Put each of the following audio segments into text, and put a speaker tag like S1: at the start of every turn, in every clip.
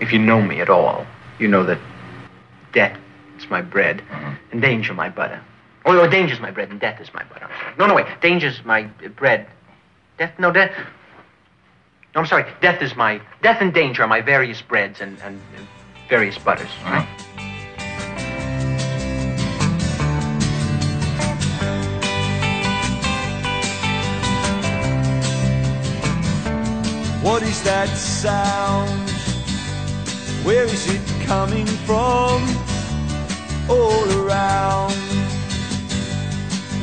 S1: If you know me at all, you know that debt is my bread and danger my butter. Oh, no, danger's my bread and death is my butter. No, no, wait. Danger's my uh, bread. Death? No, death. No, I'm sorry. Death is my. Death and danger are my various breads and, and, and various butters. Right?
S2: What is that sound? Where is it coming from? All around.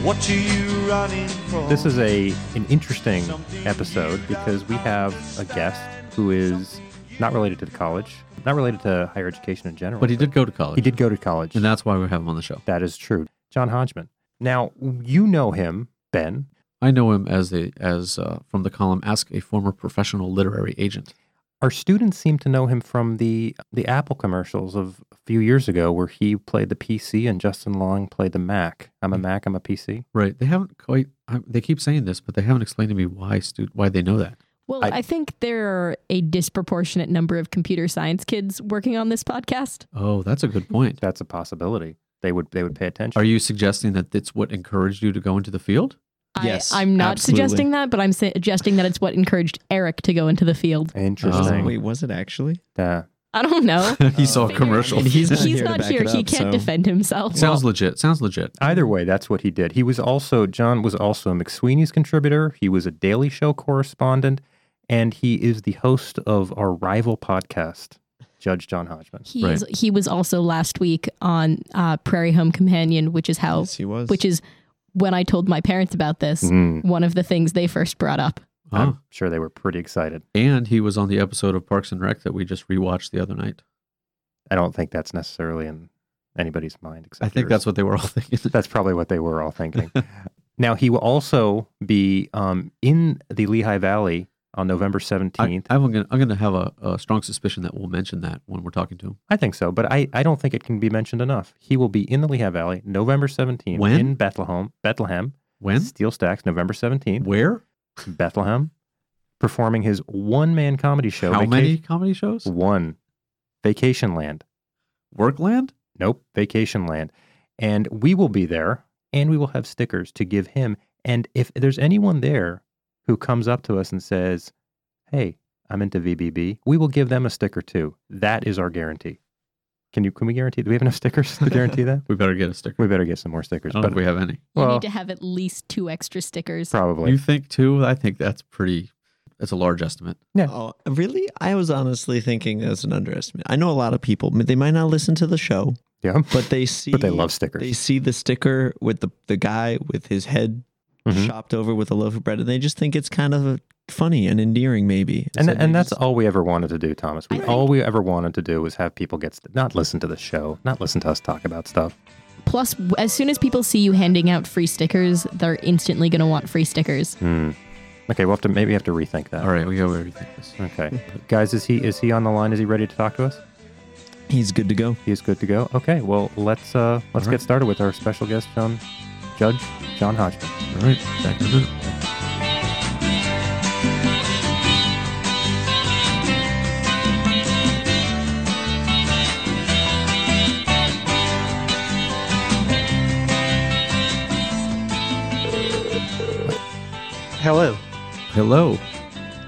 S2: What are you running from?
S3: This is a an interesting episode because we have a guest who is not related to the college, not related to higher education in general.
S4: But he did go to college.
S3: He did go to college.
S4: And that's why we have him on the show.
S3: that is true. John Hodgman. Now you know him, Ben.
S4: I know him as a as uh, from the column Ask a Former Professional Literary Agent.
S3: Our students seem to know him from the the Apple commercials of a few years ago, where he played the PC and Justin Long played the Mac. I'm a Mac. I'm a PC.
S4: Right. They haven't quite I, they keep saying this, but they haven't explained to me why stu- why they know that.
S5: Well,
S3: I-
S5: I, think there are a disproportionate number of computer science kids working on this podcast.
S4: Oh, that's a good point.
S3: That's a possibility. They would they would pay attention.
S4: Are you suggesting that it's what encouraged you to go into the field?
S6: Yes,
S5: I, I'm not
S6: absolutely.
S5: suggesting that, but I'm su- suggesting that it's what encouraged Eric to go into the field.
S4: Interesting.
S3: interesting?
S6: Wait, was it actually?
S3: Uh,
S5: I don't know.
S4: he saw a
S5: Figure-
S4: commercial.
S6: And Oh, he's not
S5: he's
S6: here to
S5: not
S6: back
S5: here.
S6: it
S5: he
S6: up,
S5: can't
S6: so-
S5: defend himself.
S4: Sounds legit. Sounds legit.
S3: Either way, that's what he did. He was also John was also a McSweeney's contributor. He was a Daily Show correspondent, and he is the host of our rival podcast, Judge John Hodgman.
S5: He's, He was also last week on uh, Prairie Home Companion, which is how,
S6: Yes, Mm-hmm. he was.
S5: Oh, which is when I told my parents about this,
S4: Mm-hmm.
S3: Mm.
S5: one of the things they first brought up.
S4: Oh.
S3: I'm sure they were pretty excited.
S4: And he was on the episode of Parks and Rec that we just rewatched the other night.
S3: I don't think that's necessarily in anybody's mind. Except
S4: I think
S3: yours.
S4: that's what they were all thinking.
S3: That's probably what they were all thinking. now he will also be um, in the Lehigh Valley on November
S4: I,
S3: seventeenth. I,
S4: I'm gonna I'm gonna have a, a strong suspicion that we'll mention that when we're talking to him.
S3: think so, but I, I don't think it can be mentioned enough. He will be in the Lehigh Valley November seventeenth
S4: When?
S3: in Bethlehem. Bethlehem.
S4: When?
S3: Steel Stacks, November 17th,
S4: Where?
S3: Bethlehem, performing his one man comedy show.
S4: How
S3: Vaca-
S4: many comedy shows?
S3: One. Vacation Land.
S4: Workland?
S3: Nope, Vacation Land. And we will be there and we will have stickers to give him. And if there's anyone there who comes up to us and says, Hey, I'm into VBB, we will give them a sticker too. That is our guarantee. Can you? Can we guarantee? Do we have enough stickers to guarantee that?
S4: We better get a sticker.
S3: We better get some more
S4: I
S3: stickers.
S4: don't think we have any.
S5: You
S3: Well-
S5: need to have at least two extra stickers.
S3: probably.
S4: You think two? I think that's pretty. That's a large estimate.
S6: Oh, really? I was honestly thinking that's an underestimate. I know a lot of people. They might not listen to the show,
S3: yeah.
S6: but they see.
S3: But they love stickers.
S6: They see the sticker with the the guy with his head
S3: Mhm.
S6: chopped over with a loaf of bread, and they just think it's kind of funny and endearing, maybe.
S3: And,
S6: So
S3: tha-
S6: they
S3: and that's
S6: just-
S3: all we ever wanted to do, Thomas. We,
S5: I
S3: all we ever wanted to do was have people get st- not listen to the show, not listen to us talk about stuff.
S5: Plus, w- as soon as people see you handing out free stickers, they're instantly going to want free stickers.
S3: Okay, we'll have to maybe have to rethink that.
S4: All right, we got where everything is.
S3: Okay, guys, is he is he on the line? Is he ready to talk to us?
S6: He's good to go.
S3: He is good to go. Okay, well let's uh let's
S4: All right.
S3: get started with our special guest, John Judge John Hodgman.
S4: All right, back in a minute.
S7: Hello,
S4: Hello.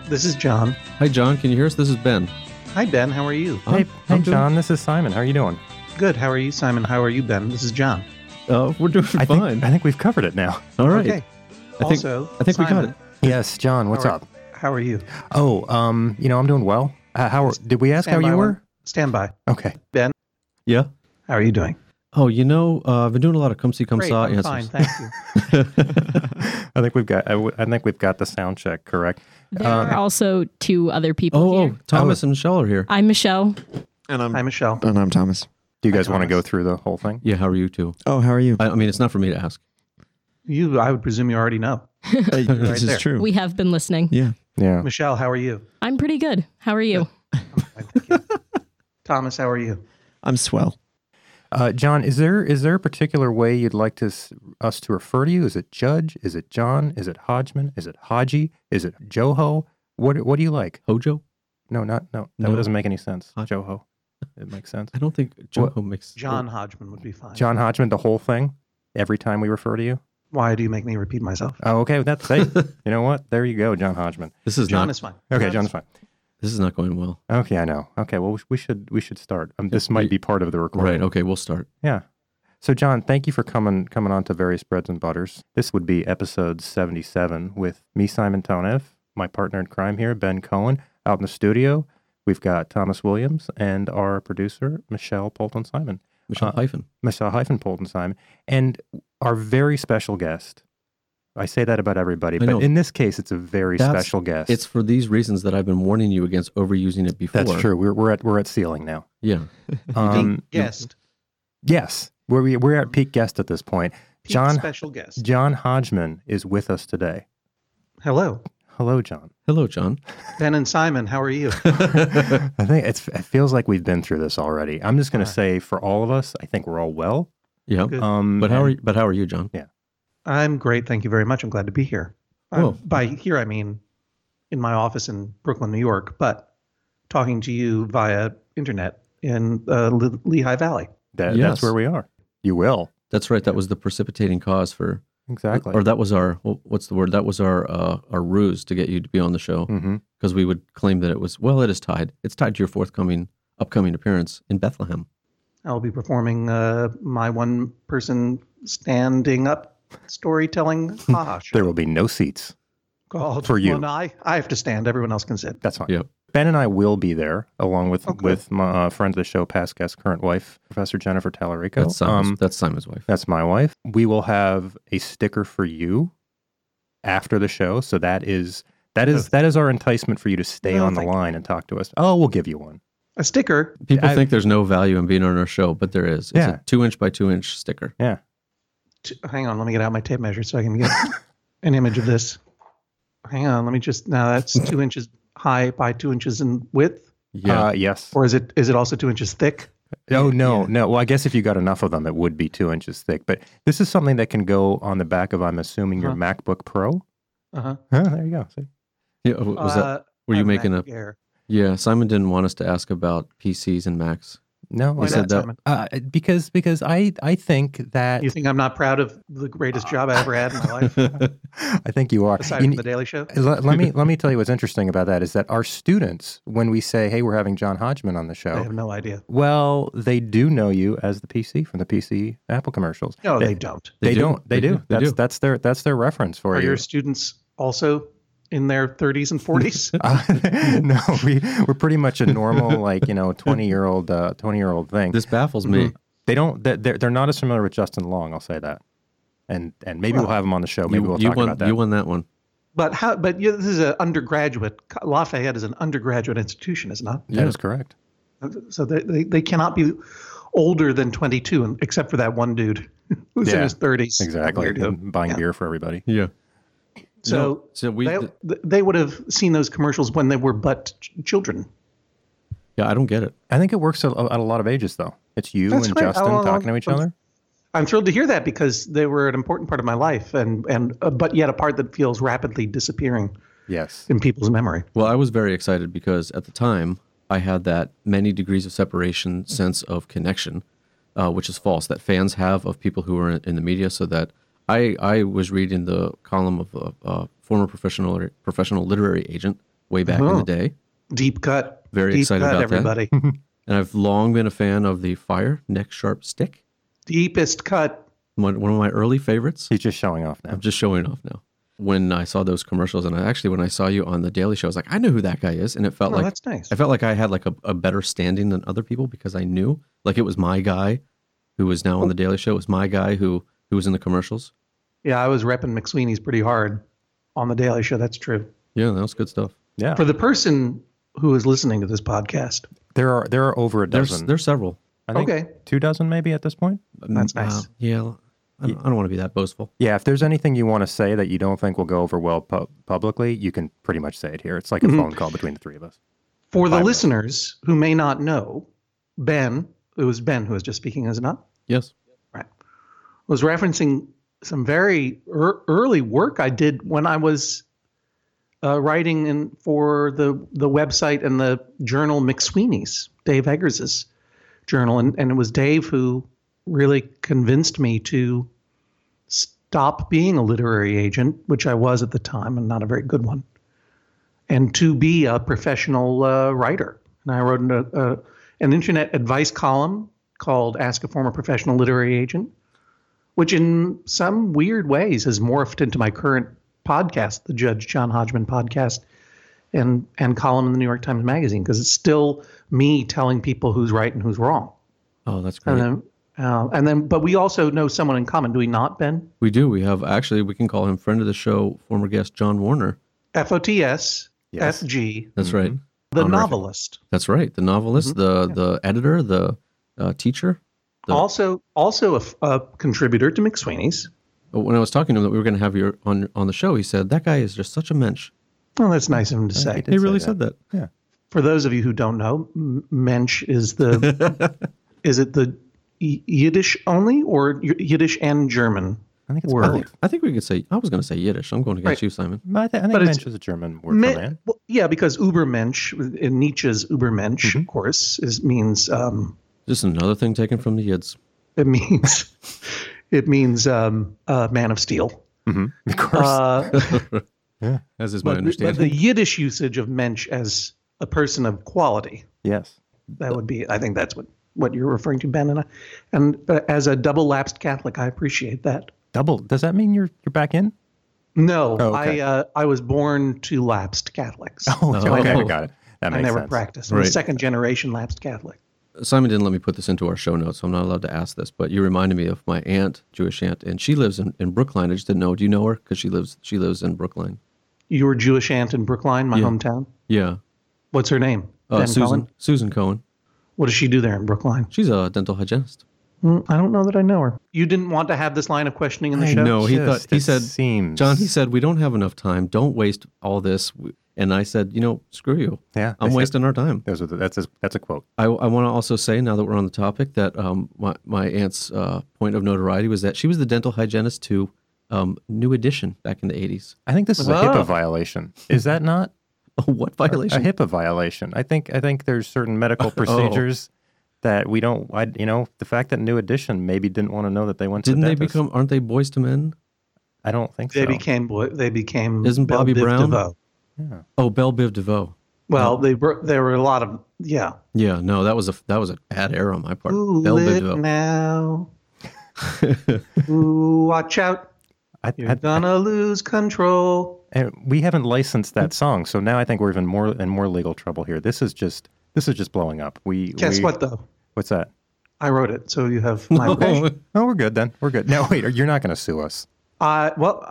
S7: this is John.
S4: Hi, John. Can you hear us? This is Ben.
S7: Hi, Ben. How are you?
S4: I'm-
S3: hey, hey,
S4: I'm doing-
S3: John, this is Simon. How are you doing?
S7: Good. How are you, Simon? How are you, Ben? This is John.
S4: Uh, we're doing
S3: I
S4: fine.
S3: think I think we've covered it now.
S4: All right.
S7: Okay.
S4: I think
S7: also,
S4: I think we got
S7: Simon,
S4: it.
S3: Yes, John, what's
S7: How are-
S3: up?
S7: How are you?
S3: Oh, um, you know I'm doing well. Uh, how are, did we ask
S7: Stand
S3: how
S7: by
S3: you
S7: one-
S3: were?
S7: Stand by.
S3: Okay.
S4: Yeah.
S7: How are you doing?
S4: Oh, you know, uh, I've been doing a lot of come see, come
S7: Great.
S4: saw
S7: I'm
S4: answers. Oh,
S7: fine. Thank you.
S3: I think we've got. I, w- I think we've got the sound check correct.
S5: There
S7: Uh,
S5: are also two other people
S4: Oh, oh,
S5: here.
S4: Thomas and Michelle are here.
S5: I'm Michelle.
S6: And I'm
S7: Hi, Michelle.
S6: and I'm Thomas.
S3: Do you guys want to
S7: Thomas.
S3: go through the whole thing?
S4: Yeah, how are you two?
S6: Oh, how are you?
S4: I, I mean, it's not for me to ask.
S7: You, I would presume you already know.
S6: Hey, this
S7: there.
S6: is true.
S5: We have been listening.
S6: yeah.
S3: Yeah.
S7: Michelle, how are you?
S5: I'm pretty good. How are you?
S7: Fine, thank you. Thomas, how are you?
S6: I'm swell.
S3: Uh, John, is there is there a particular way you'd like to, s- us to refer to you? Is it Judge? Is it John? Is it Hodgman? Is it Hodgy? Is it Joho? What what do you like?
S4: Hojo?
S3: No, not no. That
S4: No.
S3: doesn't make any sense.
S4: Huh?
S3: Joho. It makes sense.
S4: I don't think Joe makes
S7: John Hodgman would be fine.
S3: John Hodgman, the whole thing. Every time we refer to you.
S7: Why do you make me repeat myself?
S3: Oh, okay. That's hey, you know what? There you go, John Hodgman.
S4: This is
S7: John
S4: not.
S7: is fine.
S3: Okay,
S7: John
S3: John's
S7: is
S3: fine.
S4: This is not going well.
S3: Okay, I know. Okay, well, we sh- we should we should start. Um, this might
S4: we-
S3: be part of the recording.
S4: Right. Okay. We'll start.
S3: Yeah. So, John, thank you for coming coming on to Various Breads and Butters. This would be episode 77 with me, Simon Tonev, my partner in crime here, Ben Cohen, out in the studio. We've got Thomas Williams and our producer, Michelle Polton Simon,
S4: Michelle
S3: Uh,
S4: Hyphen.
S3: Michelle hyphen Polton Simon, and our very special guest. I say that about everybody,
S4: I
S3: but
S4: know.
S3: in this case, it's a very
S4: That's-
S3: special guest.
S4: It's for these reasons that I've been warning you against overusing it before.
S3: That's true. We're, we're at we're at ceiling now.
S4: Yeah.
S3: Um,
S7: guest.
S3: yes, we're we're at peak guest at this point.
S7: Pete's
S3: John-
S7: special guest.
S3: John Hodgman is with us today.
S7: Hello,
S3: Hello, John.
S4: Hello, John.
S7: Ben and Simon. How are you?
S3: I think it's, it feels like we've been through this already. I'm just going
S7: All
S3: to
S7: right.
S3: say for all of us, I think we're all well.
S4: Yeah.
S7: Good.
S3: Um,
S4: But how are
S3: and-
S4: you, but how are you, John?
S7: I'm great. Thank you very much. I'm glad to be here. I'm-
S4: Whoa.
S7: By here, I mean in my office in Brooklyn, New York, but talking to you via internet in uh, Le- Lehigh Valley.
S3: that,
S4: Yes.
S3: That's where we are. You will
S4: That's right. That was the precipitating cause for,
S3: exactly.
S4: or that was our wh- what's the word? That was our uh, our ruse to get you to be on the show
S3: hmm
S4: because we would claim that it was well, it is tied. It's tied to your forthcoming upcoming appearance in Bethlehem.
S7: I'll be performing uh, my one person standing up storytelling ah,
S3: There
S7: show
S3: will be no seats.
S7: called
S3: for you.
S7: One Eye. I have to stand. Everyone else can sit.
S3: That's fine.
S4: Yep.
S3: Ben and I will be there along with
S7: Okay.
S3: with my uh, friend of the show, past guest, current wife, Professor Jennifer Tallarico.
S4: That's Simon's,
S3: Um,
S4: that's Simon's wife.
S3: That's my wife. We will have a sticker for you after the show. So that is that is that is our enticement for you to stay
S7: No,
S3: on the
S7: thank you.
S3: line and talk to us. Oh, we'll give you one.
S7: A sticker.
S4: People
S3: I-
S4: think there's no value in being on our show, but there is. It's
S3: Yeah.
S4: a two inch by two inch sticker.
S7: T- hang on. Let me get out my tape measure so I can get an image of this. Hang on. Let me just. Now that's two inches high by two inches in width,
S4: Yeah.
S3: Uh, yes.
S7: or is it? Is it also two inches thick?
S3: oh no, no. Well, I guess if you got enough of them, it would be two inches thick. But this is something that can go on the back of, I'm assuming, your
S7: Huh.
S3: MacBook Pro.
S7: Uh-huh.
S3: Huh, there you go. See?
S4: yeah w- was that,
S7: Uh,
S4: were you
S7: I'm
S4: making a?
S7: Mac Air.
S4: Yeah. Simon didn't want us to ask about PCs and Macs.
S3: No,
S7: Why
S3: it's-
S4: said
S7: not,
S4: that-
S7: Simon?
S3: uh, because because I I think that
S7: You think I'm not proud of the greatest job I ever had in my life,
S3: I think you are.
S7: aside
S3: You
S7: from
S3: ne- Oh.
S7: the Daily Show?
S3: let, let me let me tell you what's interesting about that is that our students, when we say, "Hey, we're having John Hodgman on the
S7: I
S3: show,"
S7: have no idea.
S3: well, they do know you as the PC from the PC Apple commercials.
S7: No,
S3: They-
S7: they don't.
S3: They,
S4: They do.
S3: don't. They,
S4: They
S3: do.
S4: do. They
S3: that's
S4: do.
S3: that's their that's their reference for
S7: Are
S3: you.
S7: your students also in their 30s and 40s?
S3: Uh, no, we we're pretty much a normal like you know twenty year old uh, twenty year old thing.
S4: This baffles me.
S3: they don't they're- they're they're not as familiar with Justin Long. I'll say that, and and maybe we'll,
S7: Well,
S3: have him on the show. Maybe
S4: you,
S3: we'll
S4: you
S3: talk
S4: won,
S3: about that.
S4: You won that one.
S7: but how? But you, this is an undergraduate. Lafayette is an undergraduate institution, is it not? Uh,
S3: That is correct.
S7: So they, they, they cannot be older than 22, and- except for that one dude who's in
S3: Yeah,
S7: his 30s.
S3: Exactly.
S7: Weirdo.
S3: And buying
S7: Yeah.
S3: beer for everybody.
S4: Yeah.
S7: So,
S4: So we.
S7: they, they would have seen those commercials when they were but ch- children.
S4: yeah, I don't get it.
S3: I think it works at, at a lot of ages though. It's you
S7: That's Oh,
S3: and
S7: right.
S3: Justin
S7: All along
S3: talking to each
S7: from-
S3: other.
S7: I'm thrilled to hear that because they were an important part of my life, and and uh, but yet a part that feels rapidly disappearing
S3: Yes.
S7: in people's memory.
S4: Well, I was very excited because at the time I had that many degrees of separation sense of connection, uh, which is false that fans have of people who are in, in the media. So that I I was reading the column of a, a former professional professional literary agent way back in
S7: Oh.
S3: Uh-huh.
S4: the day,
S7: Deep cut.
S4: Very
S7: deep
S4: excited
S7: cut,
S4: about that.
S7: everybody.
S4: and I've long been a fan of the Fire Neck Sharp Stick,
S7: Deepest cut.
S4: one one of my early favorites.
S3: He's just showing off now.
S4: I'm just showing off now. When I saw those commercials, and I actually when I saw you on the Daily Show, I was like, I know who that guy is, and it felt
S7: Oh,
S4: like
S7: that's nice.
S4: I felt like I had like a, a better standing than other people because I knew like it was my guy who was now on the Daily Show. It was my guy who who was in the commercials.
S7: Yeah, I was repping McSweeney's pretty hard on the Daily Show. That's true.
S4: Yeah, that was good stuff.
S3: Yeah.
S7: For the person who is listening to this podcast,
S3: There are there are over a
S4: There's
S3: dozen.
S4: there's several. Mm, uh,
S3: I think
S7: okay.
S3: two dozen maybe at this point.
S7: That's nice.
S4: yeah, I don't, I don't want to be that boastful.
S3: Yeah, if there's anything you want to say that you don't think will go over well pu- publicly, you can pretty much say it here. It's
S7: Mm-hmm.
S3: like a phone call between the three of us.
S7: For the
S3: Five minutes.
S7: listeners who may not know, Ben, it was Ben who was just speaking, is it not?
S4: Yes.
S7: was referencing some very ear early work I did when I was uh, writing in, for the the website and the journal McSweeney's, Dave Eggers's journal, and and it was Dave who really convinced me to stop being a literary agent, which I was at the time, and not a very good one, and to be a professional uh, writer. And I wrote an, uh, an internet advice column called "Ask a Former Professional Literary Agent." which in some weird ways has morphed into my current podcast, the Judge John Hodgman podcast, and and column in the New York Times Magazine, because it's still me telling people who's right and who's wrong.
S4: Oh, that's great.
S7: And then, uh, and then, but we also know someone in common, do we not, Ben?
S4: we do. We have actually. We can call him friend of the show, former guest John Warner.
S7: F O T S
S3: Yes.
S7: F G,
S4: That's right.
S7: the
S4: Honorific.
S7: novelist.
S4: That's right. The novelist, the
S7: Mm-hmm.
S4: the editor, the uh, teacher. The-
S7: Also, also a, f- a contributor to McSweeney's.
S4: When I was talking to him that we were going to have you on on the show, he said that guy is just such a mensch.
S7: Well, that's nice of him to
S3: he
S7: say.
S3: did
S4: he
S3: say
S4: really
S3: that.
S4: said that.
S7: for those of you who don't know, m- mensch is the is it the Y- Yiddish only or Y- Yiddish and German?
S3: I think it's
S7: Word.
S3: both.
S4: I think we could say. I was going to say Yiddish. I'm going against
S7: Right.
S4: you, Simon.
S3: I, thi- I think
S7: But it's-
S3: mensch is a German word
S7: Me-
S3: for man.
S7: well, yeah, because Ubermensch in Nietzsche's Ubermensch, of course, is means um,
S4: Just another thing taken from the Yids.
S7: it means it means um, uh, man of steel.
S3: Of course.
S7: Uh,
S4: As is my
S7: but, the, but the
S4: understanding.
S7: Yiddish usage of mensch as a person of quality
S3: yes.
S7: That would be, I think that's what, what you're referring to, Ben. And, I, and but as a double lapsed Catholic, I appreciate that.
S3: Double. Does that mean you're you're back in?
S7: No,
S3: Oh, okay.
S7: I, uh, I was born to lapsed Catholics.
S3: Oh, okay. I
S4: Oh.
S3: got it. That makes
S7: I never
S3: sense.
S7: practiced. I'm a
S4: Right.
S7: second generation lapsed Catholic.
S4: Simon didn't let me put this into our show notes, so I'm not allowed to ask this. But you reminded me of my aunt, Jewish aunt, and she lives in, in Brookline. I just didn't know. Do you know her? Because she lives she lives in Brookline.
S7: You were Jewish aunt in Brookline, my hometown.
S4: Yeah.
S7: What's her name?
S4: Uh,
S7: Ben
S4: Susan
S7: Cullen?
S4: Susan Cohen.
S7: What does she do there in Brookline?
S4: She's a dental hygienist.
S7: Hmm, I don't know that I know her. You didn't want to have this line of questioning in the show?
S4: know. No, he thought- he
S3: it
S4: said-
S3: seems
S4: John, he said we don't have enough time. Don't waste all this. And I said, you know, screw you.
S3: Yeah, I
S4: I'm
S3: said-
S4: wasting our time.
S3: Those are the, that's a, that's a quote.
S4: I, want to also say now that we're on the topic that um, my, my aunt's uh, point of notoriety was that she was the dental hygienist to um, New Edition back in the 80s.
S3: I think this is a HIPAA violation. Is that not
S4: Oh, what violation? Oh.
S3: a HIPAA violation? I think I think there's certain medical procedures that we don't. I, you know, the fact that New Edition maybe didn't want to know that they went
S4: Didn't
S3: to
S4: they
S3: dentists,
S4: become? Aren't they boys to men?
S3: I don't think
S7: They
S3: so.
S7: became, boy- they became.
S4: Isn't
S7: Belle
S4: Bobby
S7: Biv
S4: Brown?
S7: DeVoe.
S4: Oh, Belle Biv DeVoe.
S7: Well, they were, there were a lot of, yeah.
S4: Yeah, no, that was a that was a bad error on my part.
S7: Ooh,
S4: Belle Biv
S7: lit
S4: DeVoe.
S7: now. Ooh, watch out.
S3: I,
S7: You're
S3: I-
S7: gonna lose control.
S3: and we haven't licensed that
S4: Hmm.
S3: song, so now I think we're even more in more legal trouble here. This is just this is just blowing up. We
S7: Guess
S3: we-
S7: what, though?
S3: What's that?
S7: I wrote it, so you have my permission.
S3: Oh, we're good then. We're good. Now wait, you're not going to sue us.
S7: I well,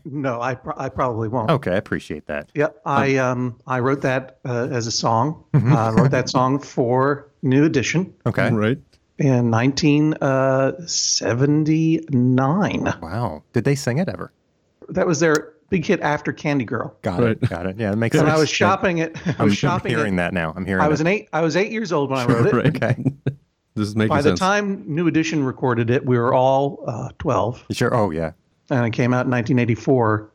S7: no, I pro- I probably won't.
S3: Okay, I appreciate that.
S7: Yeah, I
S3: Oh.
S7: um I wrote that uh, as a song.
S3: Mm-hmm.
S7: Uh, I wrote that song for New Edition
S3: Okay.
S4: right.
S7: in uh, 1979.
S3: Wow. Did they sing it ever?
S7: That was their big hit after Candy Girl.
S3: Got it. Got it. Yeah, it makes
S7: When
S3: sense.
S7: I was shopping it, I
S3: I'm, I'm
S7: was shopping
S3: hearing
S7: it.
S3: that now. I'm hearing.
S7: I was
S3: it.
S7: an eight. I was eight years old when I wrote it.
S4: Right.
S3: Okay.
S4: This is making
S7: By the
S4: sense.
S7: time New Edition recorded it, we were all uh, 12.
S3: You sure? Oh yeah.
S7: and it came out in 1984,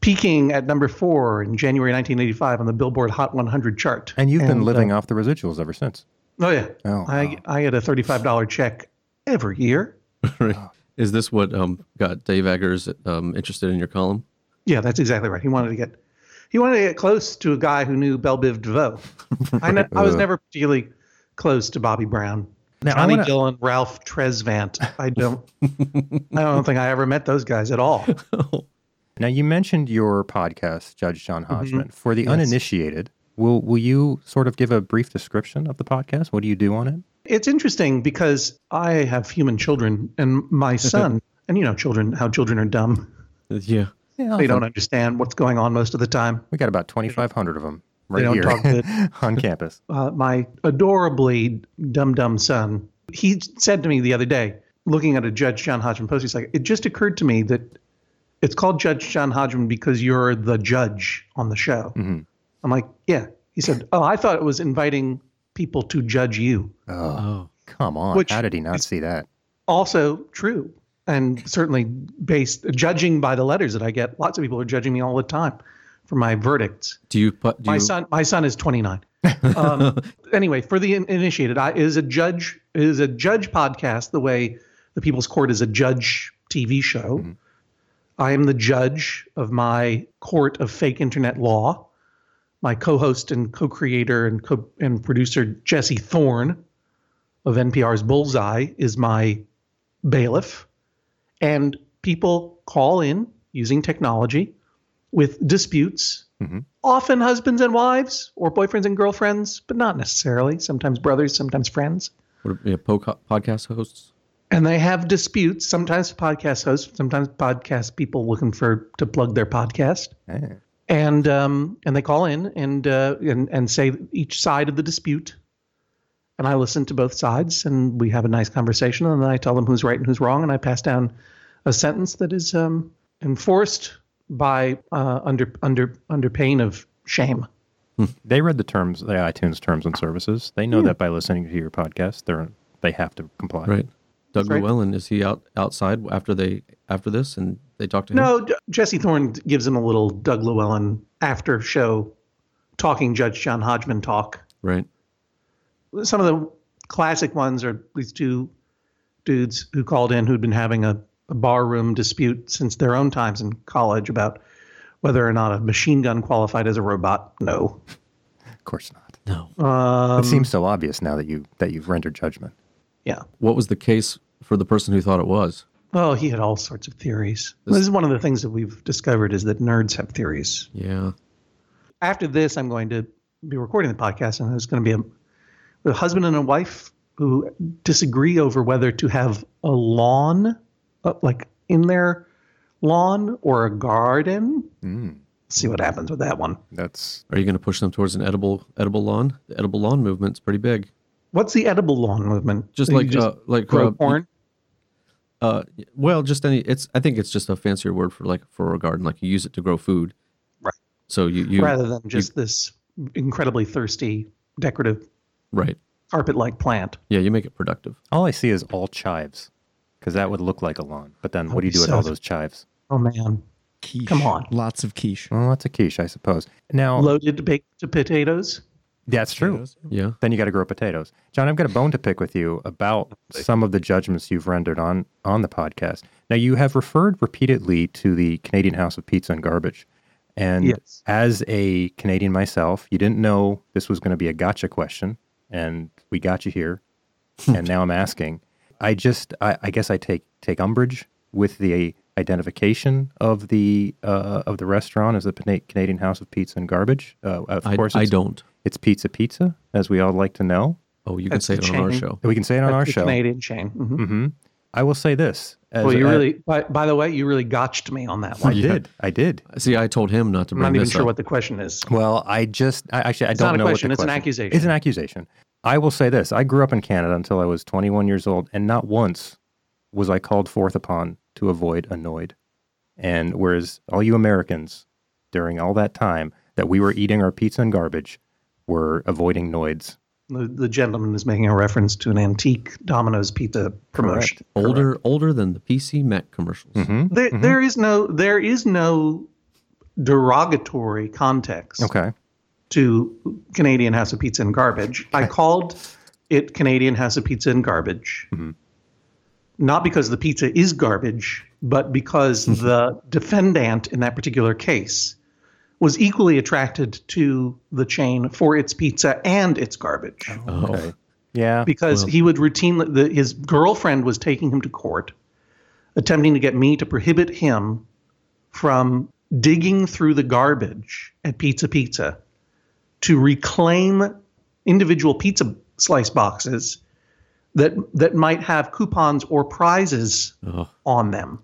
S7: peaking at number four in January 1985 on the Billboard Hot 100 chart.
S3: And you've been
S7: uh,
S3: living off the residuals ever since.
S7: oh yeah,
S3: Oh,
S7: I I get a $35 check every year.
S4: Right. Is this what um, got Dave Eggers um, interested in your column?
S7: Yeah, that's exactly right. He wanted to get he wanted to get close to a guy who knew Belle Biv DeVoe. I, ne- I was never particularly close to Bobby Brown.
S3: Now, I
S7: Johnny
S3: wanna-
S7: Dillon, Ralph Tresvant. I don't, I don't think I ever met those guys at all.
S3: Now you mentioned your podcast, Judge John Hodgman. For the uninitiated, will will you sort of give a brief description of the podcast? What do you do on it?
S7: It's interesting because I have human children and my son, and you know, children, how children are dumb.
S4: Yeah.
S3: Yeah,
S7: They don't understand what's going on most of the time.
S3: We got about twenty five hundred of them right
S7: don't
S3: here
S7: talk good.
S3: on campus.
S7: Uh, my adorably dumb, dumb son, he said to me the other day, looking at a Judge John Hodgman post, he's like, It just occurred to me that it's called Judge John Hodgman because you're the judge on the show. I'm like, Yeah. He said, Oh, I thought it was inviting people to judge you.
S4: Oh.
S3: Come on,
S7: Which
S3: how did he not see that?
S7: also true and certainly based judging by the letters that I get. Lots of people are judging me all the time for my verdicts.
S4: Do you put? Do
S7: my
S4: you,
S7: son, my son is 29. Um, anyway, for the in- initiated, I, is a judge is a judge podcast the way the People's Court is a judge TV show. I am the judge of my court of fake internet law. My co-host and co-creator and co- and producer Jesse Thorne of NPR's Bullseye is my bailiff, and people call in using technology with disputes often husbands and wives or boyfriends and girlfriends, but not necessarily. Sometimes brothers, sometimes friends.
S4: what, you know, poca- podcast hosts?
S7: And they have disputes, sometimes podcast hosts, sometimes podcast people looking for to plug their podcast. And um, and they call in and uh, and and say each side of the dispute. And I listen to both sides, and we have a nice conversation. And then I tell them who's right and who's wrong, and I pass down a sentence that is um, enforced by uh, under under under pain of shame.
S3: They read the terms, the iTunes terms and services. They
S7: Hmm.
S3: know that by listening to your podcast, they're they have to comply.
S4: Right. Doug
S7: right.
S4: Llewellyn is he out outside after they after this and they talk to him?
S7: No, J- Jesse Thorne gives him a little Doug Llewellyn after show talking Judge John Hodgman talk.
S4: Right.
S7: Some of the classic ones are these two dudes who called in who'd been having a, a barroom dispute since their own times in college about whether or not a machine gun qualified as a robot. No.
S3: Of course not.
S4: No.
S7: Um,
S3: it seems so obvious now that you that you've rendered judgment.
S7: Yeah.
S4: What was the case for the person who thought it was?
S7: Well, he had all sorts of theories. This is one of the things that we've discovered is that nerds have theories.
S4: Yeah.
S7: after this, I'm going to be recording the podcast, and there's going to be a, a husband and a wife who disagree over whether to have a lawn, uh, like in their lawn, or a garden.
S4: Hmm.
S7: See what happens with that one.
S3: That's
S4: Are you going to push them towards an edible edible lawn? The edible lawn movement's pretty big.
S7: What's the edible lawn movement?
S4: Just
S7: You
S4: like uh, like
S7: grow
S4: uh,
S7: corn.
S4: Uh, well, just any. It's. I think it's just a fancier word for like for a garden. Like you use it to grow food.
S7: Right.
S4: So you you
S7: rather than just this incredibly thirsty decorative
S4: right.
S7: carpet-like plant.
S4: Yeah, you make it productive.
S3: all I see is all chives, because that would look like a lawn. But then, what do you do with
S7: so-
S3: all those chives?
S7: Oh man,
S6: Quiche.
S7: Come on.
S6: Lots of quiche.
S3: Well, that's a quiche, I suppose.
S4: Oh.
S3: Now
S7: loaded baked potatoes.
S3: that's true.
S4: Yeah.
S3: Then you got to grow potatoes, John. I've got a bone to pick with you about some of the judgments you've rendered on on the podcast. Now you have referred repeatedly to the Canadian House of Pizza and Garbage, and
S7: Yes.
S3: as a Canadian myself, you didn't know this was going to be a gotcha question, and we got you here. and now I'm asking. I just, I, I guess, I take take umbrage with the identification of the uh, of the restaurant as the Pana- Canadian House of Pizza and Garbage. Uh, of
S4: I,
S3: course,
S4: I
S3: it's-
S4: don't.
S3: It's Pizza Pizza, as we all like to know.
S4: Oh, you can
S7: That's
S4: say
S7: the
S4: it on our Mm-hmm.
S7: chain.
S4: show.
S3: We can say it on our
S7: The
S3: show.
S7: Canadian chain. Mhm.
S3: hmm I will say this. As
S7: Well, you
S3: I-
S7: really. By, by the way, you really gotched me on that
S3: I
S7: one.
S3: did. I did.
S4: See, I told him not to
S7: I'm
S4: bring
S7: not even
S4: this
S7: sure
S4: up.
S7: what the question is.
S3: Well, I just I, actually I
S7: It's
S3: don't
S7: not a
S3: know what
S7: question,
S3: the
S7: it's an accusation.
S3: It's an accusation. I will say this: I grew up in Canada until I was 21 years old, and not once was I called forth upon to avoid annoyed. And whereas all you Americans, during all that time that we were eating our pizza and garbage, were avoiding noids.
S7: The, the gentleman is making a reference to an antique Domino's pizza promotion.
S4: older older than the PC Mac commercials.
S7: There,
S4: Mm-hmm.
S7: there is no there is no derogatory context
S3: Okay.
S7: to Canadian House of Pizza and Garbage. I called it Canadian House of Pizza and Garbage,
S4: Mm-hmm.
S7: not because the pizza is garbage, but because
S4: Mm-hmm.
S7: the defendant in that particular case was equally attracted to the chain for its pizza and its
S4: Oh.
S7: garbage.
S4: Okay.
S3: Yeah.
S7: because he would routinely the, his girlfriend was taking him to court attempting to get me to prohibit him from digging through the garbage at pizza pizza to reclaim individual pizza slice boxes that that might have coupons or prizes on them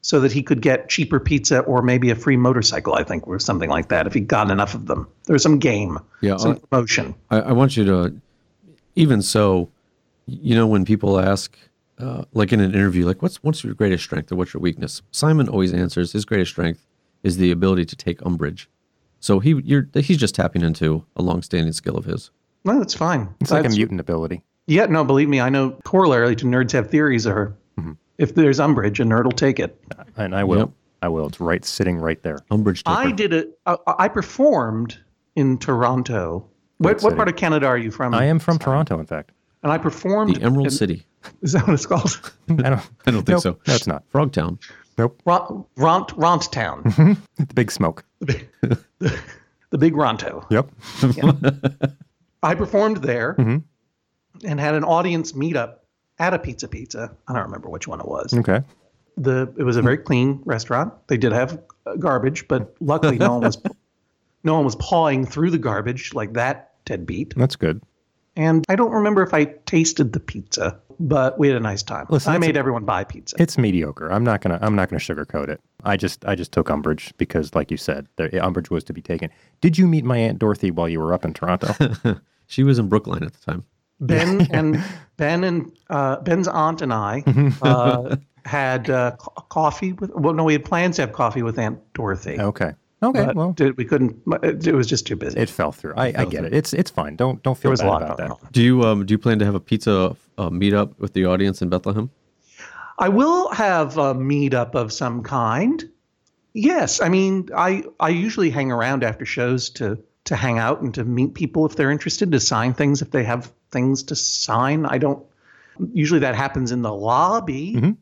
S7: so that he could get cheaper pizza or maybe a free motorcycle i think or something like that if he got enough of them there was some game
S4: Yeah,
S7: some
S4: I-
S7: promotion
S4: I, I want you to, even so, you know, when people ask, uh, like in an interview, like, what's, what's your greatest strength or what's your weakness? Simon always answers his greatest strength is the ability to take umbrage. So he, you're, he's just tapping into a longstanding skill of his.
S7: no that's fine
S3: It's like a
S7: That's-
S3: mutant ability.
S7: Yeah, no, believe me, I know corollary to nerds have theories are if there's umbrage, a nerd will take it.
S3: And I will. I will. It's right sitting right there.
S4: Umbrage Dipper.
S7: I did a. I I performed in Toronto. What,
S3: Great
S7: what
S3: city.
S7: part of Canada are you from?
S3: I am from Toronto, in fact.
S7: And I performed.
S4: the Emerald
S7: in-
S4: City.
S7: Is that what it's called?
S3: I don't.
S4: I don't think
S3: Nope,
S4: so.
S3: No, it's not.
S4: Frogtown.
S7: Ront, Ront, Ront Town.
S3: The big smoke.
S7: the big Ronto.
S3: Yep.
S7: I performed there and had an audience meetup at a Pizza Pizza. I don't remember which one it was.
S3: Okay.
S7: The it was a very clean restaurant. They did have uh, garbage, but luckily no one was no one was pawing through the garbage like that Ted beat.
S3: That's good.
S7: And I don't remember if I tasted the pizza, but we had a nice time.
S3: Listen,
S7: I
S3: it's
S7: made everyone buy pizza.
S3: It's mediocre. I'm not gonna. I'm not gonna sugarcoat it. I just. I just took umbrage because, like you said, the umbrage was to be taken. Did you meet my aunt Dorothy while you were up in Toronto?
S4: She was in Brookline at the time.
S7: Ben and Ben and uh, Ben's aunt and I uh, had uh, co- coffee with. Well, no, we had plans to have coffee with Aunt Dorothy.
S3: okay. Okay.
S7: but
S3: well,
S7: did- we couldn't. It was just too busy.
S3: it fell through. I, I get it. It's it's fine. Don't don't feel
S7: there was a
S3: bad
S7: lot
S3: about
S7: going
S3: that.
S7: on.
S4: Do you um do you plan to have a pizza uh, meetup with the audience in Bethlehem?
S7: I will have a meetup of some kind. Yes, I mean, I I usually hang around after shows to to hang out and to meet people if they're interested to sign things if they have things to sign. I don't. Usually that happens in the lobby.
S3: Mhm.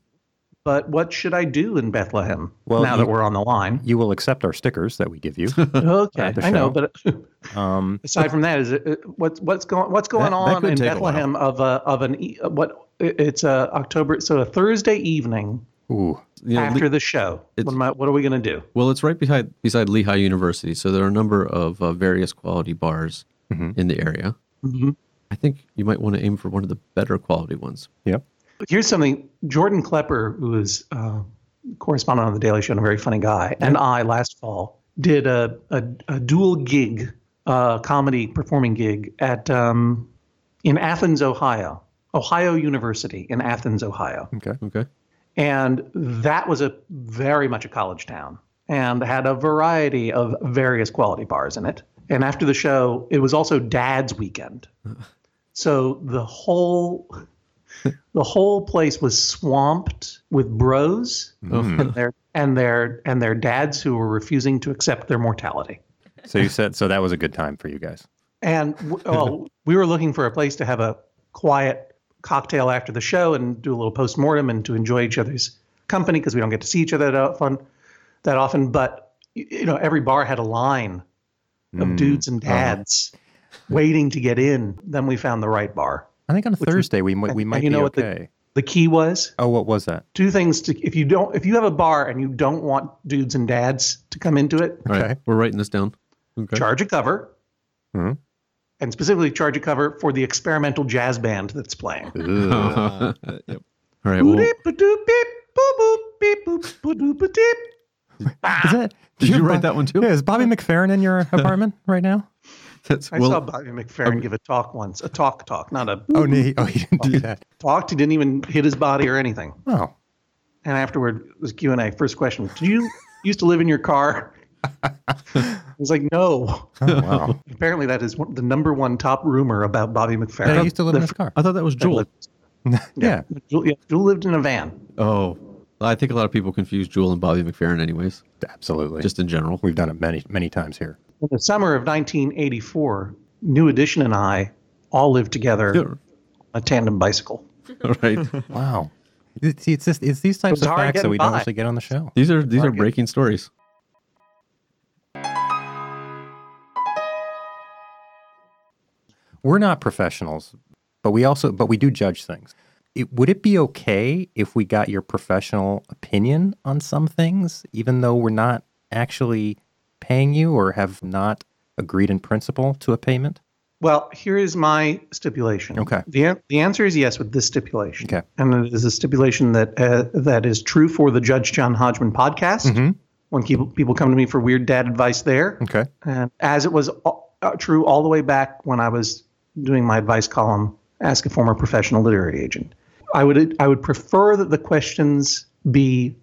S7: But what should I do in Bethlehem
S3: Well,
S7: now
S3: you-
S7: that we're on the line?
S3: You will accept our stickers that we give you.
S7: Okay,
S3: At the
S7: I know,
S3: show.
S7: but
S3: Um,
S7: aside from that, is it, uh, what's what's going what's going
S4: That- that
S7: on
S4: could
S7: in
S4: take a
S7: Bethlehem of a of an e- what it's a October so a Thursday evening
S3: ooh,
S4: You know,
S7: after the show. What, am I, what are we going to do?
S4: Well, it's right beside beside Lehigh University, so there are a number of uh, various quality bars in the area. I think you might want to aim for one of the better quality ones.
S3: yep.
S7: Here's something: Jordan Klepper, who is uh, correspondent on the Daily Show and a very funny guy, and I last fall did a a, a dual gig, uh, comedy performing gig at um, in Athens, Ohio, Ohio University in Athens, Ohio.
S3: Okay.
S4: Okay,
S7: And that was a very much a college town and had a variety of various quality bars in it. And after the show, it was also dad's weekend. So the whole the whole place was swamped with bros and their and their and their dads who were refusing to accept their mortality.
S3: So you said so that was a good time for you guys.
S7: And w- well, we were looking for a place to have a quiet cocktail after the show and do a little postmortem and to enjoy each other's company because we don't get to see each other that often. That often, but y- you know, every bar had a line of dudes and dads waiting to get in. Then we found the right bar.
S3: I think on a Thursday we might we
S7: and
S3: might
S7: you
S3: be
S7: know what the-
S3: okay.
S7: The key was
S3: oh, what was that?
S7: two things to if you don't if you have a bar and you don't want dudes and dads to come into it,
S4: all right,
S3: Okay.
S4: we're writing this down. Okay,
S7: charge a cover.
S3: Mhm.
S7: And specifically, charge a cover for the experimental jazz band that's playing.
S4: all right.
S7: Boop,
S4: Well,
S7: beep, ba-doop, beep, boop, boop, beep, boop, ba-doop, ba-deep.
S3: Is that
S4: did you write
S3: Bo-
S4: that one too?
S3: Yeah, is Bobby McFerrin in your apartment right now?
S4: That's,
S7: I
S4: well,
S7: saw Bobby McFerrin give a talk once, a talk talk, not a
S3: Oh, no, he, oh, he didn't do that.
S7: talked. He didn't even hit his body or anything.
S3: Oh,
S7: And afterward, it was Q and A. First question: Did you used to live in your car? I was like, no.
S3: oh wow.
S7: Apparently, that is one, the number one top rumor about Bobby McFerrin.
S3: I used to live in
S7: The-
S3: his car.
S4: I thought that was Jewel.
S3: Yeah.
S7: Jewel, yeah, Jewel lived in a van.
S4: Oh, I think a lot of people confuse Jewel and Bobby McFerrin, anyways,
S3: Absolutely.
S4: just in general.
S3: We've done it many, many times here.
S7: In the summer of 1984, New Edition and I all lived together on
S4: Sure.
S7: a tandem bicycle.
S4: All right.
S3: Wow. It's, it's, just, it's these types
S7: It was
S3: of
S7: hard
S3: facts that
S7: getting
S3: we don't
S7: by.
S3: actually get on the show.
S4: These are these are breaking stories.
S3: We're not professionals, but we also, but we do judge things. It, would it be okay if we got your professional opinion on some things, even though we're not actually paying you or have not agreed in principle to a payment?
S7: Well, here is my stipulation.
S3: Okay.
S7: The, an- the answer is yes with this stipulation.
S3: Okay.
S7: And it is a stipulation that uh, that is true for the Judge John Hodgman podcast. When people, people come to me for weird dad advice there,
S3: Mm-hmm. Okay.
S7: and as it was a- uh, true all the way back when I was doing my advice column, ask a former professional literary agent. I would I would prefer that the questions be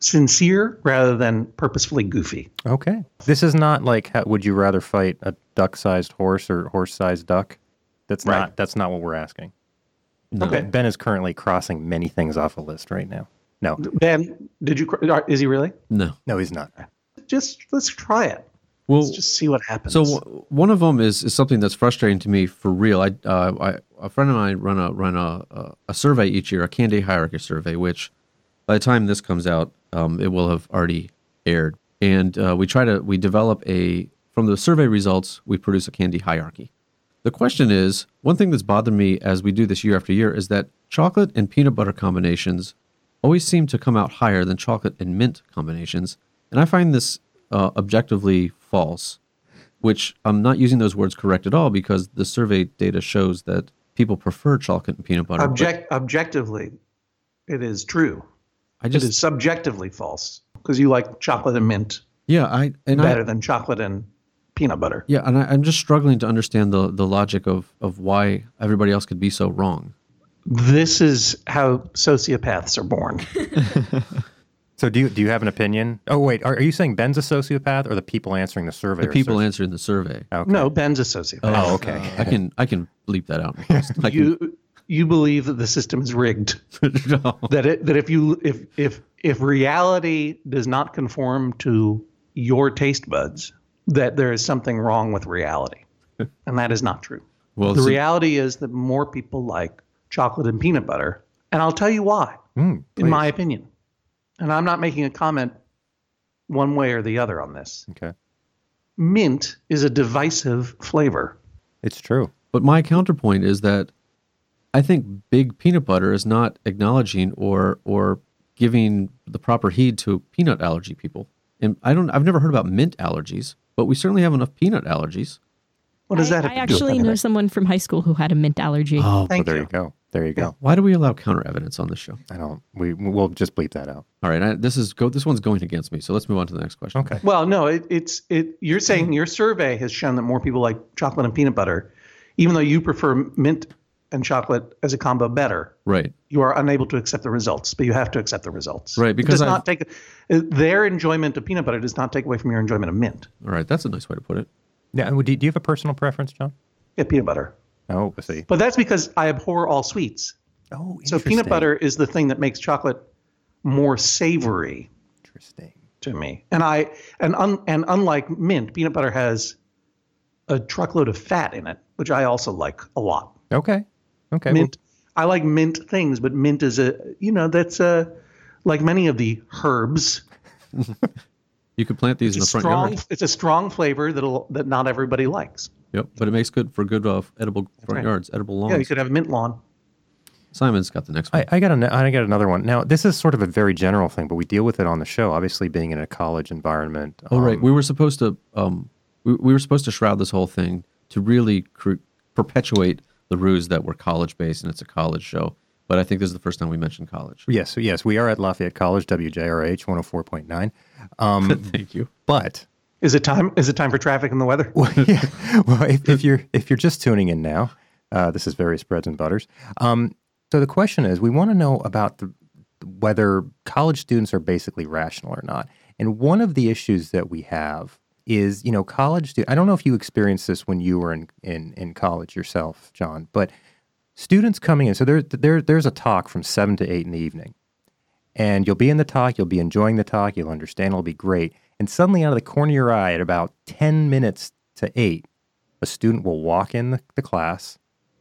S7: sincere rather than purposefully goofy.
S3: Okay. This is not like how, would you rather fight a duck-sized horse or horse-sized duck? That's
S7: Right.
S3: not that's not what we're asking.
S4: No.
S7: Okay.
S3: Ben is currently crossing many things off a list right now. No,
S7: Ben, did you? cr- Is he really?
S4: No.
S3: no, he's not.
S7: Just let's try it.
S4: Well,
S7: Let's just see what happens.
S4: So w- one of them is, is something that's frustrating to me for real. I, uh, I a friend of mine run a run a, a- a survey each year, a Candy Hierarchy survey, which by the time this comes out, um, it will have already aired. And uh, we try to we develop a from the survey results, we produce a candy hierarchy. The question is, one thing that's bothered me as we do this year after year is that chocolate and peanut butter combinations always seem to come out higher than chocolate and mint combinations, and I find this uh, objectively false which I'm not using those words correct at all because the survey data shows that people prefer chocolate and peanut butter. but
S7: object objectively, it is true.
S4: I
S7: It
S4: just
S7: is subjectively false because you like chocolate and mint
S4: yeah, I and
S7: better
S4: I
S7: than chocolate and peanut butter.
S4: yeah, and I, I'm just struggling to understand the the logic of of why everybody else could be so wrong.
S7: This is how sociopaths are born.
S3: So do you do you have an opinion? Oh wait, are, are you saying Ben's a sociopath or the people answering the survey?
S4: The
S3: are
S4: people
S3: soci-
S4: answering the survey.
S3: Okay.
S7: No, Ben's a sociopath.
S3: Oh, okay.
S4: Uh, I can I can bleep that out. I can-
S7: you you believe that the system is rigged.
S4: No.
S7: that it, that if you if if if reality does not conform to your taste buds, that there is something wrong with reality, and that is not true.
S4: Well,
S7: the
S4: so-
S7: reality is that more people like chocolate and peanut butter, and I'll tell you why,
S3: Mm,
S7: in my opinion. And I'm not making a comment one way or the other on this.
S3: okay,
S7: Mint is a divisive flavor.
S3: it's true.
S4: But my counterpoint is that I think big peanut butter is not acknowledging or or giving the proper heed to peanut allergy people. And I don't I've never heard about mint allergies, but we certainly have enough peanut allergies.
S7: What does
S5: I,
S7: that have
S5: I
S7: to
S5: actually
S7: do? with
S5: know
S7: anything?
S5: someone from high school who had a mint allergy.
S4: Oh,
S7: Thank
S3: well, there you.
S7: you.
S3: go. There you go.
S4: why do we allow counter evidence on this show?
S3: I don't. We we'll just bleep that out.
S4: All right, I, this is go this one's going against me. So let's move on to the next question.
S3: Okay.
S7: Well, no, it, it's it.
S4: Hmm.
S7: You're saying your survey has shown that more people like chocolate and peanut butter, even though you prefer mint and chocolate as a combo better.
S4: Right.
S7: You are unable to accept the results, but you have to accept the results.
S4: Right,
S7: It
S4: because
S7: does
S4: I've-
S7: not take uh, their enjoyment of peanut butter does not take away from your enjoyment of mint.
S4: All right, that's a nice way to put it.
S3: Yeah. and Do, do you have a personal preference, John?
S7: Yeah, eh, peanut butter.
S3: Oh, I see.
S7: But that's because I abhor all sweets.
S3: Oh,
S7: So peanut butter is the thing that makes chocolate more savory
S3: Interesting.
S7: to me. And I and un, and unlike mint, peanut butter has a truckload of fat in it, which I also like a lot.
S3: Okay. Okay. well,
S7: Mint, I like mint things, but mint is a you know that's a like many of the herbs.
S4: You could plant these
S7: It's
S4: in
S7: a
S4: the front
S7: strong.
S4: yard.
S7: It's a strong flavor that'll that not everybody likes.
S4: Yep, but it makes good for good uh, edible front
S7: right.
S4: yards, edible
S7: Yeah, you
S4: lawns.
S7: could have a mint lawn.
S4: Simon's got the next one.
S3: I, I got an, I got another one. Now this is sort of a very general thing, but we deal with it on the show. Obviously, being in a college environment.
S4: Oh right,
S3: um,
S4: we were supposed to um, we, we were supposed to shroud this whole thing to really cr- perpetuate the ruse that we're college based and it's a college show. But I think this is the first time we mentioned college.
S3: Yes. Yes. We are at Lafayette College, WJRH, one hundred four point nine. Um,
S4: Thank you.
S3: but
S7: Is it time? Is it time for traffic and the weather?
S3: well, yeah. well if, if you're if you're just tuning in now, uh, this is various breads and butters. Um, so the question is, we want to know about the, whether college students are basically rational or not. And one of the issues that we have is, you know, college. Stu- I don't know if you experienced this when you were in in, in college yourself, John, but students coming in. So there, there there's a talk from seven to eight in the evening and you'll be in the talk, you'll be enjoying the talk, you'll understand, it'll be great. And suddenly, out of the corner of your eye, at about 10 minutes to eight, a student will walk in the, the class,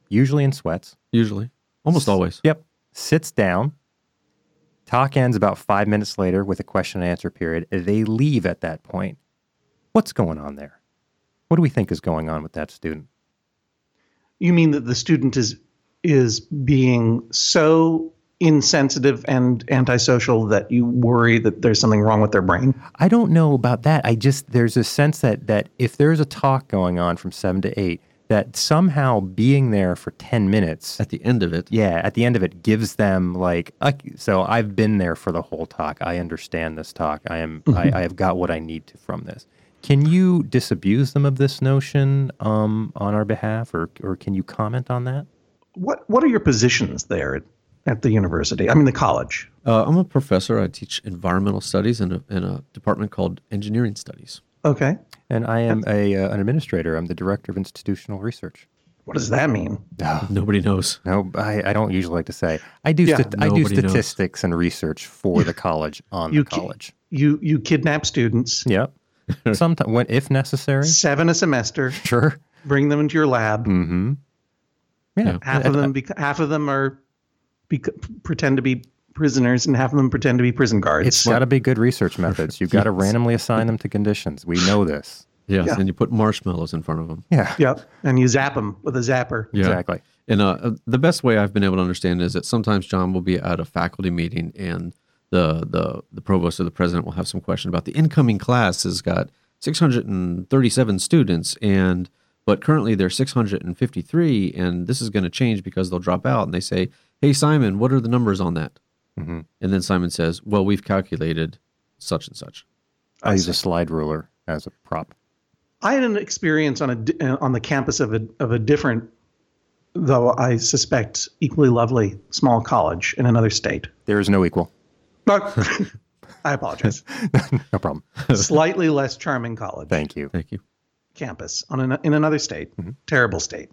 S3: usually in sweats.
S4: Usually, almost always.
S3: Yep. Sits down. Talk ends about five minutes later with a question and answer period. They leave at that point. What's going on there? What do we think is going on with that student?
S7: You mean that the student is is being so insensitive and antisocial that you worry that there's something wrong with their brain?
S3: I don't know about that. I just there's a sense that that if there's a talk going on from seven to eight, that somehow being there for ten minutes
S4: At the end of it,
S3: yeah at the end of it gives them like a, so i've been there for the whole talk i understand this talk i am I, I have got what i need to from this can you disabuse them of this notion um, on our behalf or, or can you comment on that
S7: What What are your positions there at, at the university? I mean, the college.
S4: uh, I'm a professor. I teach environmental studies in a, in a department called engineering studies.
S7: Okay.
S3: and i am a, uh, an administrator i'm the director of institutional research
S7: What does that mean?
S4: Nobody knows.
S3: No, I, I don't usually like to say. I do.
S7: Yeah.
S3: stat- I do
S4: Nobody knows.
S3: statistics and research for the college on
S7: You
S3: the
S7: ca-
S3: college.
S7: You you kidnap students,
S3: Yep. Sometimes when if necessary.
S7: seven a semester,
S3: Sure.
S7: bring them into your lab.
S3: Mm-hmm. Yeah.
S4: Yeah.
S7: Half of them, bec- half of them are bec- pretend to be prisoners, and half of them pretend to be prison guards.
S3: It's got to be good research methods. You've got to randomly assign them to conditions. We know this.
S4: Yeah.
S7: Yeah.
S4: And you put marshmallows in front of them.
S3: Yeah.
S7: Yep, and you zap them with a zapper.
S3: Exactly.
S4: And uh, the best way I've been able to understand is that sometimes John will be at a faculty meeting and the the the provost or the president will have some question about the incoming class has got 637 students and but currently they're 653 and this is going to change because they'll drop out and they say, "Hey Simon, what are the numbers on that?"
S6: Mm-hmm.
S3: Mhm.
S4: And then Simon says, "Well, we've calculated such and such."
S3: I use a slide ruler as a prop.
S7: I had an experience on a di- uh, on the campus of a of a different, though I suspect equally lovely small college in another state.
S3: There is no equal.
S7: But I apologize.
S3: No problem.
S7: Slightly less charming college
S3: Thank you.
S4: Thank you.
S7: campus on an, in another state, terrible state.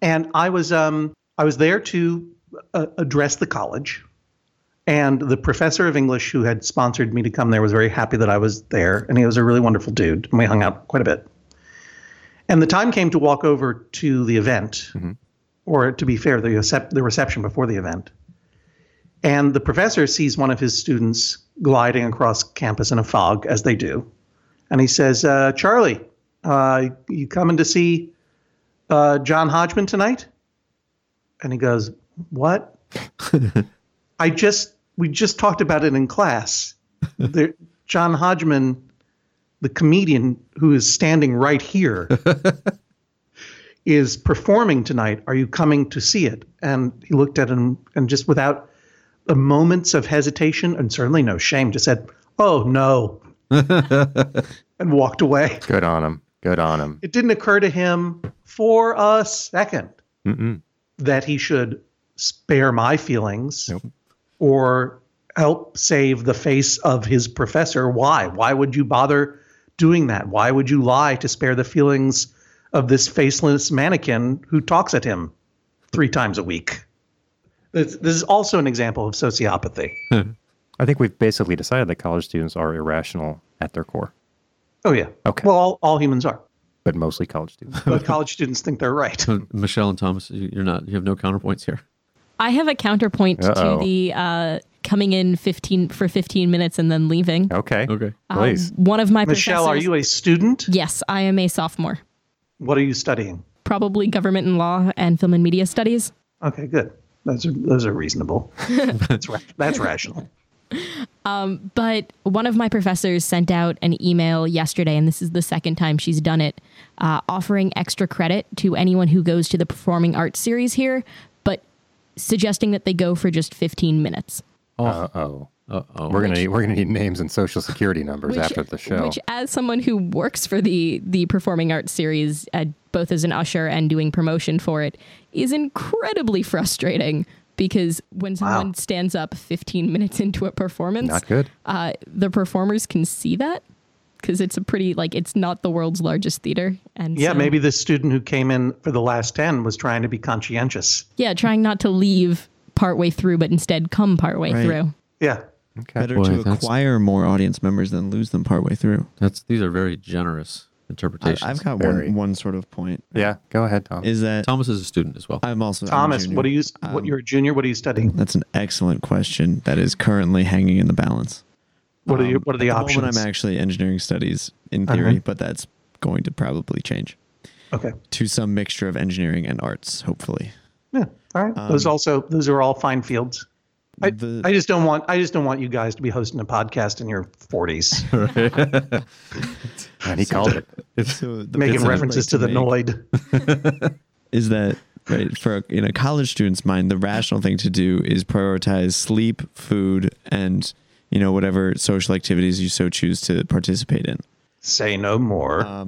S7: And I was um I was there to uh, address the college, and the professor of English who had sponsored me to come there was very happy that I was there, and he was a really wonderful dude, and we hung out quite a bit. And the time came to walk over to the event, or to be fair, the, recep- the reception before the event. And the professor sees one of his students gliding across campus in a fog, as they do. And he says, uh, Charlie, uh, you coming to see uh, John Hodgman tonight? And he goes, What? I just, we just talked about it in class. There, John Hodgman, the comedian who is standing right here, is performing tonight. Are you coming to see it? And he looked at him and just without a moments of hesitation and certainly no shame, just said, Oh, no. and walked away
S3: Good on him. Good on him.
S7: it didn't occur to him for a second
S3: Mm-mm.
S7: that he should spare my feelings
S3: Nope.
S7: or help save the face of his professor. Why? Why would you bother doing that? Why would you lie to spare the feelings of this faceless mannequin who talks at him three times a week? This, this is also an example of sociopathy.
S3: I think we've basically decided that college students are irrational at their core,
S7: Oh, yeah.
S3: Okay.
S7: Well, all, all humans are.
S3: but mostly college students.
S7: But college students think they're right.
S4: So Uh, Michelle and Thomas, you- you're not you have no counterpoints here.
S5: I have a counterpoint
S3: Uh-oh.
S5: to the uh, coming in 15 for 15 minutes and then leaving.
S3: Okay.
S4: Okay.
S5: Um,
S3: Please.
S5: one of my
S7: Oh, Michelle, are
S5: professors-
S7: you a student?
S5: Yes, I am a sophomore.
S7: What are you studying?
S5: Probably government and law and film and media studies.
S7: Okay, good. Those are those are reasonable. that's ra- that's rational.
S5: But one of my professors sent out an email yesterday, and this is the second time she's done it, uh, offering extra credit to anyone who goes to the performing arts series here, but suggesting that they go for just 15 minutes.
S3: Uh oh.
S4: Uh oh.
S3: We're gonna need, we're gonna need names and social security numbers after the show.
S5: Which, as someone who works for the the performing arts series, uh, both as an usher and doing promotion for it, is incredibly frustrating. Because when someone stands up 15 minutes into a performance,
S3: Not good.
S5: Uh, the performers can see that because it's a pretty like it's not the world's largest theater. And
S7: Yeah,
S5: so-
S7: maybe this student who came in for the last ten was trying to be conscientious.
S5: yeah, trying not to leave partway through, but instead come partway
S6: Right.
S5: through.
S7: Yeah,
S6: Better
S4: Boy,
S6: to
S4: that's-
S6: acquire more audience members than lose them partway through.
S4: That's these are very generous
S6: I,
S4: interpretations.
S6: I've got
S3: Very.
S6: one, one sort of point
S3: Yeah. Go ahead, Tom.
S6: is that
S4: Thomas is a student as well.
S6: I'm also I'm a
S7: Thomas,
S6: junior.
S7: what are you? what
S6: Um,
S7: you're a junior? What are you studying?
S6: That's an excellent question that is currently hanging in the balance.
S7: What are
S6: Um,
S7: your What are the
S6: at moment,
S7: options?
S6: I'm actually engineering studies in
S7: Uh-huh.
S6: theory, but that's going to probably change
S7: okay.
S6: to some mixture of engineering and arts, hopefully.
S7: Yeah. All right. those also those are all fine fields. I,
S6: Um, The-
S7: I just don't want I just don't want you guys to be hosting a podcast in your 40s,
S3: and he called it.
S6: So the
S7: making
S6: point I'd
S7: references
S6: like
S7: to the
S6: make
S7: Noid.
S6: is that right for in a college student's mind, the rational thing to do is prioritize sleep, food, and you know whatever social activities you so choose to participate in.
S7: Say no more.
S6: Uh,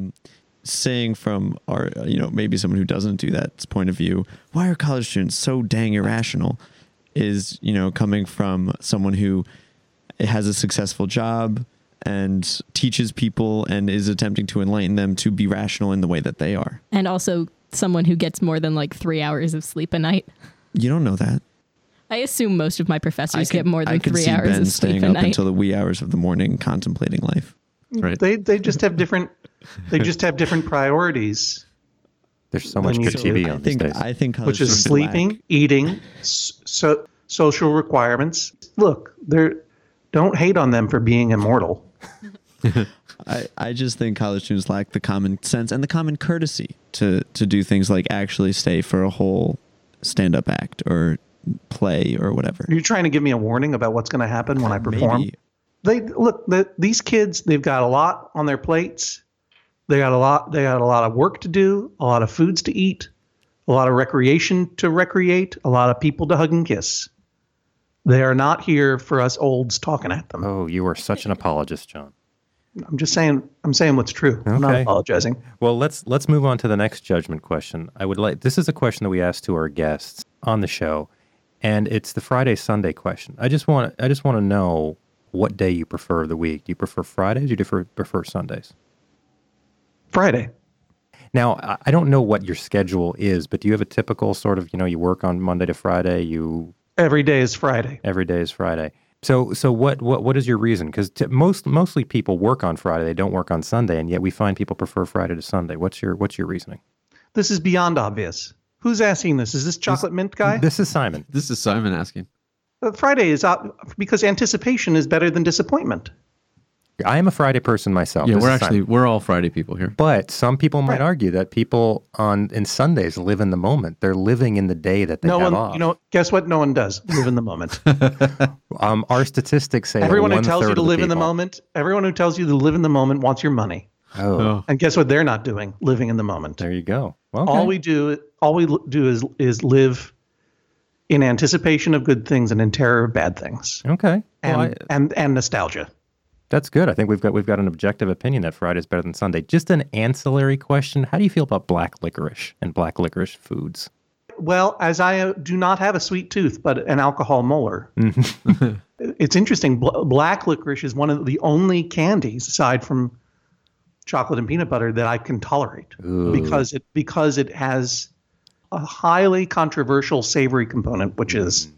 S6: saying from our uh, you know maybe someone who doesn't do that's point of view why are college students so dang irrational is you know coming from someone who has a successful job and teaches people and is attempting to enlighten them to be rational in the way that they are
S5: And also someone who gets more than like three hours of sleep a night.
S6: You don't know that.
S5: I assume most of my professors
S6: could-
S5: get more than
S6: I could
S5: three
S6: see
S5: hours
S6: ben
S5: of
S6: staying
S5: sleep a
S6: up
S5: night.
S6: until the wee hours of the morning contemplating life.
S4: Right.
S7: They they just have different they just have different priorities,
S3: There's so much
S7: mean,
S3: good
S7: so
S3: TV
S6: I
S3: on these
S6: think
S3: days.
S6: I think college
S7: which is
S6: students lack-
S7: sleeping, eating, s- so social requirements. Look, they're don't hate on them for being immortal.
S6: I, I just think college students lack the common sense and the common courtesy to to do things like actually stay for a whole stand up act or play or whatever.
S7: You're trying to give me a warning about what's going to happen when I perform.
S6: Maybe.
S7: They look the, these kids. They've got a lot on their plates. They got a lot. They got a lot of work to do. A lot of foods to eat. A lot of recreation to recreate. A lot of people to hug and kiss. They are not here for us olds talking at them.
S3: oh, you are such an apologist, John.
S7: I'm just saying. I'm saying what's true. I'm not
S3: Okay.
S7: apologizing.
S3: Well, let's let's move on to the next judgment question. I would like this is a question that we asked to our guests on the show, and it's the Friday Sunday question. I just want I just want to know what day you prefer of the week. Do you prefer Fridays or do you prefer, prefer Sundays?
S7: Friday.
S3: Now, I- I don't know what your schedule is, but do you have a typical sort of, you know, you work on Monday to Friday, you
S7: Every day is Friday.
S3: every day is Friday. So so what what what is your reason? Cuz t- most mostly people work on Friday, they don't work on Sunday, and yet we find people prefer Friday to Sunday. What's your what's your reasoning?
S7: This is beyond obvious. Who's asking this? Is this chocolate mint guy?
S3: This is Simon.
S4: This is Simon asking.
S7: Uh, Friday is ob- because anticipation is better than disappointment.
S3: I am a Friday person myself.
S4: Yeah,
S3: This
S4: we're
S3: is Simon.
S4: actually we're all Friday people here.
S3: But some people might
S7: Right.
S3: argue that people on in Sundays live in the moment. They're living in the day that they
S7: no
S3: have
S7: one,
S3: off.
S7: you know, guess what? No one does live in the moment.
S3: um, our statistics say that
S7: everyone who tells
S3: one-third
S7: you
S3: of
S7: to live in the
S3: people-
S7: moment, everyone who tells you to live in the moment wants your money.
S3: Oh,
S7: And guess what? They're not doing living in the moment.
S3: there you go. Well,
S7: All we do, all we l- do is is live in anticipation of good things and in terror of bad things,
S3: okay.
S7: and
S3: Well, I-
S7: and and nostalgia.
S3: That's good. I think we've got we've got an objective opinion that Friday's better than Sunday. Just an ancillary question: How do you feel about black licorice and black licorice foods?
S7: Well, as I uh, do not have a sweet tooth, but an alcohol molar. it's interesting. Bl- black licorice is one of the only candies, aside from chocolate and peanut butter, that I can tolerate because it because it has a highly controversial savory component, which is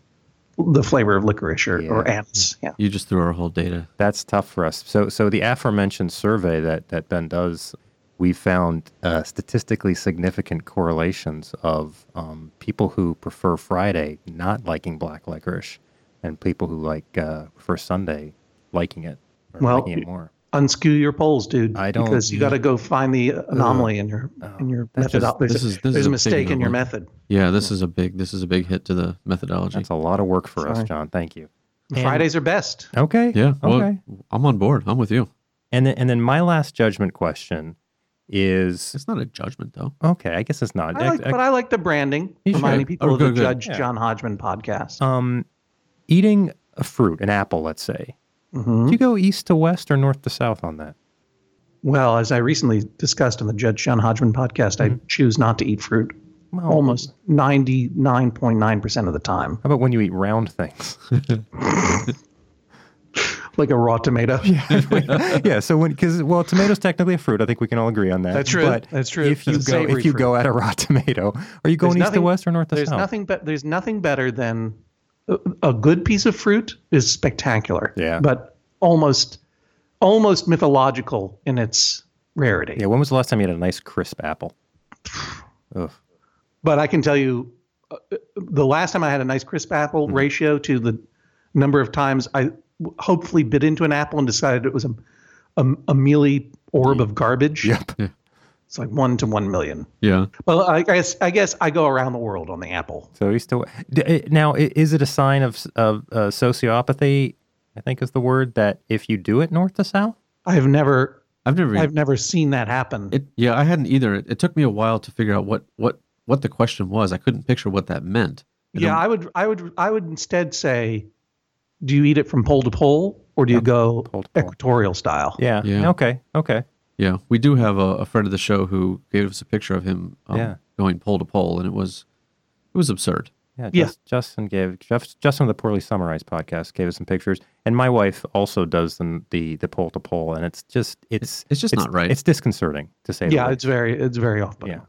S7: the flavor of licorice or, or anise. Yeah.
S4: You just threw our whole data.
S3: That's tough for us. So so the aforementioned survey that that Ben does, we found uh, statistically significant correlations of um, people who prefer Friday not liking black licorice, and people who like uh, prefer Sunday liking it or
S7: Well,
S3: liking it more.
S7: Unskew your polls, dude.
S3: I don't-
S7: because you got to go find the anomaly in your in your
S3: that
S7: method.
S3: just-
S7: there's
S4: this
S7: a,
S4: is- this is
S7: there's a
S4: a big
S7: mistake in your
S4: anomaly.
S7: method.
S4: Yeah, this is a big this is a big hit to the methodology.
S3: That's a lot of work for us,
S7: Sorry.
S3: John. Thank you. And-
S7: Fridays are best.
S3: Okay.
S4: yeah.
S3: Okay.
S4: well, I'm on board. I'm with you.
S3: And then, and then my last judgment question is
S4: It's not a judgment though.
S3: okay. I guess it's not.
S7: I like, but I like the branding,
S3: You should.
S7: reminding people
S4: Oh,
S7: of the
S4: good, good.
S7: Judge
S3: Yeah.
S7: John Hodgman podcast.
S3: um, eating a fruit, an apple, let's say.
S7: Mhm.
S3: Do you go east to west or north to south on that?
S7: Well, as I recently discussed on the Judge John Hodgman podcast, I choose not to eat fruit
S3: Mm-hmm. Well,
S7: almost ninety nine point nine percent of the time,
S3: How about when you eat round things?
S7: like a raw tomato. Yeah,
S3: yeah. So when because well, tomato's technically a fruit. I think we can all agree on that.
S7: That's true.
S3: But
S7: That's true.
S3: If you
S7: It's a
S3: go
S7: savory
S3: if you
S7: fruit.
S3: go at a raw tomato, are you going east to
S7: nothing-
S3: west or north to
S7: there's
S3: south?
S7: nothing but there's nothing better than a, a good piece of fruit is spectacular.
S3: Yeah.
S7: but almost almost mythological in its rarity.
S3: Yeah. When was the last time you had a nice crisp apple? Ugh.
S7: But I can tell you, uh, the last time I had a nice crisp apple ratio to the number of times I w- hopefully bit into an apple and decided it was a, a, a mealy orb of garbage.
S3: Yep.
S4: Yeah.
S7: It's like one to one million.
S4: Yeah.
S7: Well, I guess I guess I go around the world on the apple.
S3: So east to west. eh, Now, i- is it a sign of s- of uh, sociopathy? I think is the word that if you do it north to south.
S7: I've never
S4: I've never
S7: I've never seen that happen.
S4: It, yeah, I hadn't either. It, it took me a while to figure out what what what the question was. I couldn't picture what that meant. And
S7: yeah,
S4: then-
S7: I would I would I would instead say, do you eat it from pole to pole or do you go
S3: pole to pole.
S7: equatorial style?
S3: Yeah.
S4: Yeah.
S3: Okay. Okay.
S4: yeah. We do have a, a friend of the show who gave us a picture of him um,
S3: Yeah.
S4: going pole to pole, and it was it was absurd.
S3: Yeah,
S7: Yeah.
S3: Just, Justin gave Jeff, Justin of the poorly summarized podcast gave us some pictures, and my wife also does the the, the poll to poll, and it's just it's
S4: It's just not right.
S3: It's disconcerting to say. the
S7: Yeah,
S3: least.
S7: it's very it's very off.
S3: yeah.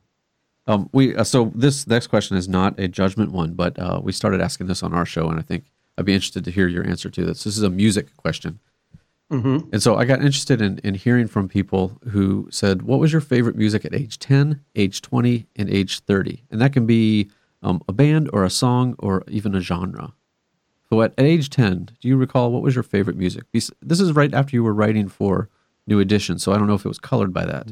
S4: Um, we uh, so this next question is not a judgment one, but uh, we started asking this on our show, and I think I'd be interested to hear your answer to this. This is a music question, mm-hmm. and so I got interested in in hearing from people who said, "What was your favorite music at age ten, age twenty, and age 30? And that can be um, a band or a song or even a genre. So at, at age ten, do you recall what was your favorite music? Bes- This is right after you were writing for New Edition, so I don't know if it was colored by that.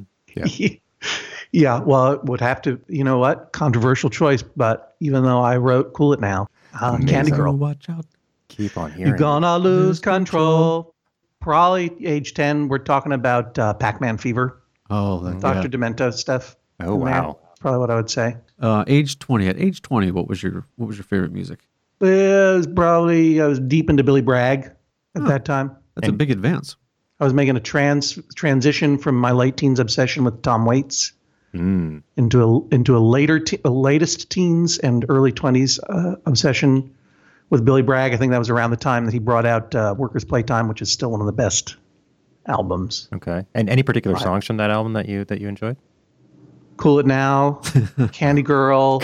S7: yeah, well, it would have to, you know what? Controversial choice, but even though I wrote Cool It Now, uh, Candy
S3: Amazing.
S7: Girl.
S4: Watch out.
S3: Keep on hearing.
S7: You're
S3: it.
S7: gonna lose control. Probably age 10, we're talking about uh, Pac Man fever,
S4: Oh, that,
S7: Dr. Demento stuff.
S3: Oh,
S7: in there.
S3: wow.
S7: Probably what I would say.
S4: Uh, age twenty. At age twenty, what was your what was your favorite music?
S7: But it was probably, I was deep into Billy Bragg at that time.
S4: That's a big advance.
S7: I was making a trans transition from my late teens obsession with Tom Waits into a into a later te- a latest teens and early twenties uh, obsession with Billy Bragg. I think that was around the time that he brought out uh, Workers' Playtime, which is still one of the best albums.
S3: Okay. And any particular songs from that album that you that you enjoyed?
S7: Cool It Now, Candy Girl,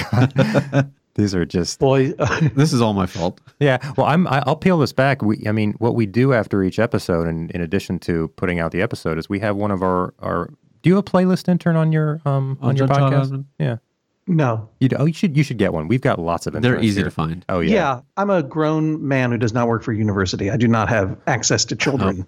S3: These are just
S7: Boy. uh,
S4: This is all my fault.
S3: Yeah, well, I'm. I- I'll peel this back. We, I mean, what we do after each episode, and in addition to putting out the episode, is we have one of our our. Do you have a playlist intern on your um on,
S4: On
S3: your
S4: John Todd
S3: podcast?
S4: Osmond?
S3: Yeah,
S7: no.
S3: you oh you should you should get one. We've got lots of.
S4: They're
S3: interns
S4: easy
S3: here.
S4: to find.
S3: Oh
S7: Yeah.
S3: yeah.
S7: I'm a grown man who does not work for university. I do not have access to children.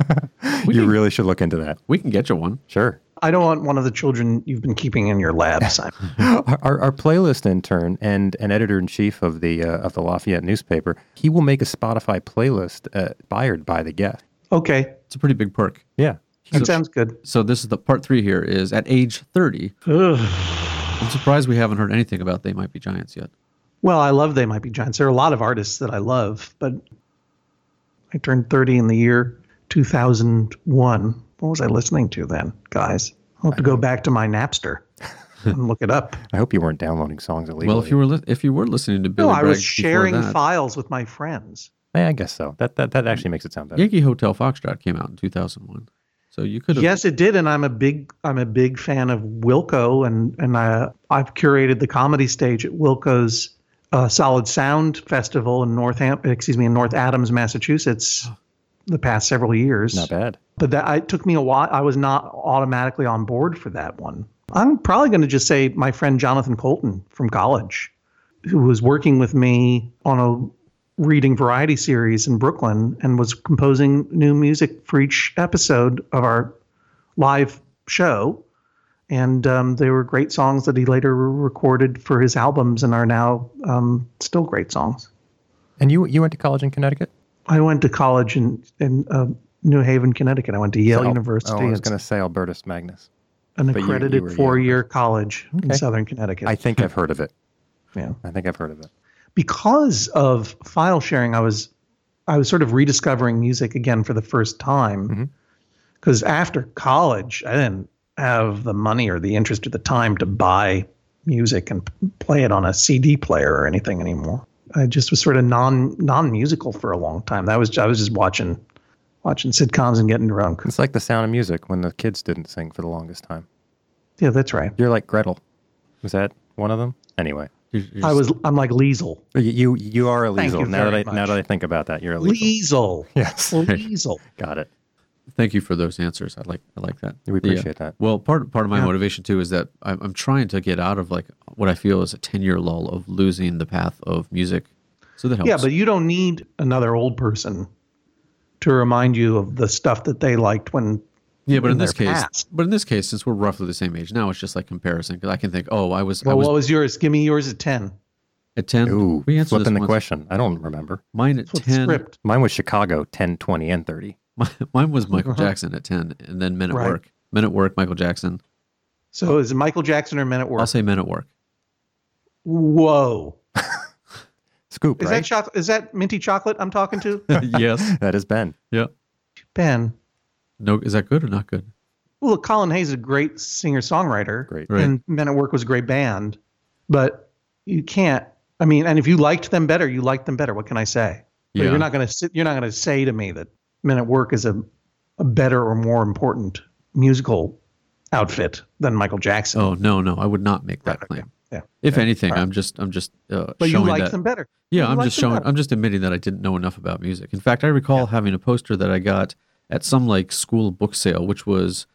S3: you really should look into that.
S4: We can get you one.
S3: Sure.
S7: I don't want one of the children you've been keeping in your lab, Simon.
S3: our, our, our playlist intern and an editor in chief of the uh, of the Lafayette newspaper, he will make a Spotify playlist uh, inspired by the guest.
S7: Okay.
S4: It's a pretty big perk.
S3: Yeah.
S7: That sounds good.
S4: So this is the part three. Here is at age thirty. I'm surprised we haven't heard anything about they might be giants yet.
S7: Well, I love They Might Be Giants. There are a lot of artists that I love, but I turned 30 in the year 2001. What was I listening to then, guys? I'll have to go back to my Napster and look it up.
S3: I hope you weren't downloading songs illegally.
S4: Well, if you were li- if you were listening to Billy
S7: no, I
S4: Bragg
S7: was
S4: before
S7: sharing
S4: that,
S7: files with my friends.
S3: Eh, I guess so. That that, that actually makes it sound better.
S4: Yankee Hotel Foxtrot came out in 2001. So you could have
S7: Yes, it did, and I'm a big I'm a big fan of Wilco, and and I I've curated the comedy stage at Wilco's uh, Solid Sound Festival in Northam excuse me in North Adams, Massachusetts, the past several years.
S3: Not bad.
S7: but that I, it took me a while. I was not automatically on board for that one. I'm probably going to just say my friend Jonathan Colton from college, who was working with me on a reading variety series in Brooklyn and was composing new music for each episode of our live show. And um, they were great songs that he later recorded for his albums and are now um, still great songs.
S3: And you you went to college in Connecticut?
S7: I went to college in, in uh, New Haven, Connecticut. I went to Yale
S3: Al-
S7: University.
S3: Oh, I was
S7: It's-
S3: going to say Albertus Magnus.
S7: an
S3: you- you
S7: accredited
S3: were young.
S7: four-year college in
S3: Okay.
S7: Southern Connecticut.
S3: I think I've heard of it.
S7: Yeah.
S3: I think I've heard of it.
S7: because of file sharing, I was I was sort of rediscovering music again for the first
S3: Mm-hmm.
S7: time. Because after college, I didn't have the money or the interest or the time to buy music and p- play it on a CD player or anything anymore. I just was sort of non non musical for a long time. That was I was just watching watching sitcoms and getting drunk.
S3: It's like the sound of music when the kids didn't sing for the longest time.
S7: Yeah, that's right.
S3: You're like Gretel. Was that one of them? Anyway,
S4: you're- you're
S7: I was I'm like Liesel.
S3: you you, you are a
S7: Thank
S3: Liesel.
S7: you
S3: Now that I
S7: very
S3: now
S7: much.
S3: that I think about that, you're a Liesel.
S7: Liesel.
S3: Yes,
S7: Well, Liesel.
S3: got it.
S4: Thank you for those answers. I like I like that.
S3: We appreciate that.
S4: Well, part part of my motivation too is that I'm, I'm trying to get out of like what I feel is a ten year lull of losing the path of music. So that helps.
S7: Yeah, but you don't need another old person to remind you of the stuff that they liked when.
S4: yeah, but in,
S7: in
S4: this
S7: their
S4: case,
S7: past.
S4: but in this case, since we're roughly the same age now, it's just like comparison because I can think, oh, I was I
S7: Well,
S4: was
S7: what was yours? Give me yours at ten.
S4: at ten.
S3: Ooh,
S4: we answered this
S3: flipping the
S4: once.
S3: question. I don't remember.
S4: Mine at
S7: That's what the
S4: ten.
S7: script.
S3: Mine was Chicago 10, 20, and 30.
S4: Mine was Michael Jackson at ten, and then Men at
S7: Uh-huh. Right.
S4: Work. Men at Work, Michael Jackson.
S7: So is it Michael Jackson or Men at Work?
S4: I'll say Men at Work.
S7: Whoa!
S3: Scoop,
S7: Is that
S3: right?
S7: chocolate? Is that minty chocolate I'm talking to,
S4: yes.
S3: that is Ben.
S4: Yeah.
S7: Ben?
S4: No, is that good or not good?
S7: Well, look, Colin Hayes is a great singer songwriter.
S3: Great.
S4: Right.
S7: And Men at Work was a great band, but you can't. I mean, and if you liked them better, you liked them better. What can I say? But
S4: Yeah.
S7: You're not going to sit. You're not going to say to me that Men at Work is a, a better or more important musical outfit than Michael Jackson.
S4: Oh no, no, I would not make that claim.
S7: Yeah.
S4: If anything,
S7: All right.
S4: I'm just I'm just uh,
S7: But you
S4: showing
S7: like
S4: that.
S7: them better.
S4: Yeah,
S7: You
S4: I'm
S7: like
S4: just
S7: them
S4: showing.
S7: better.
S4: I'm just admitting that I didn't know enough about music. In fact, I recall having a poster that I got at some like school book sale, which was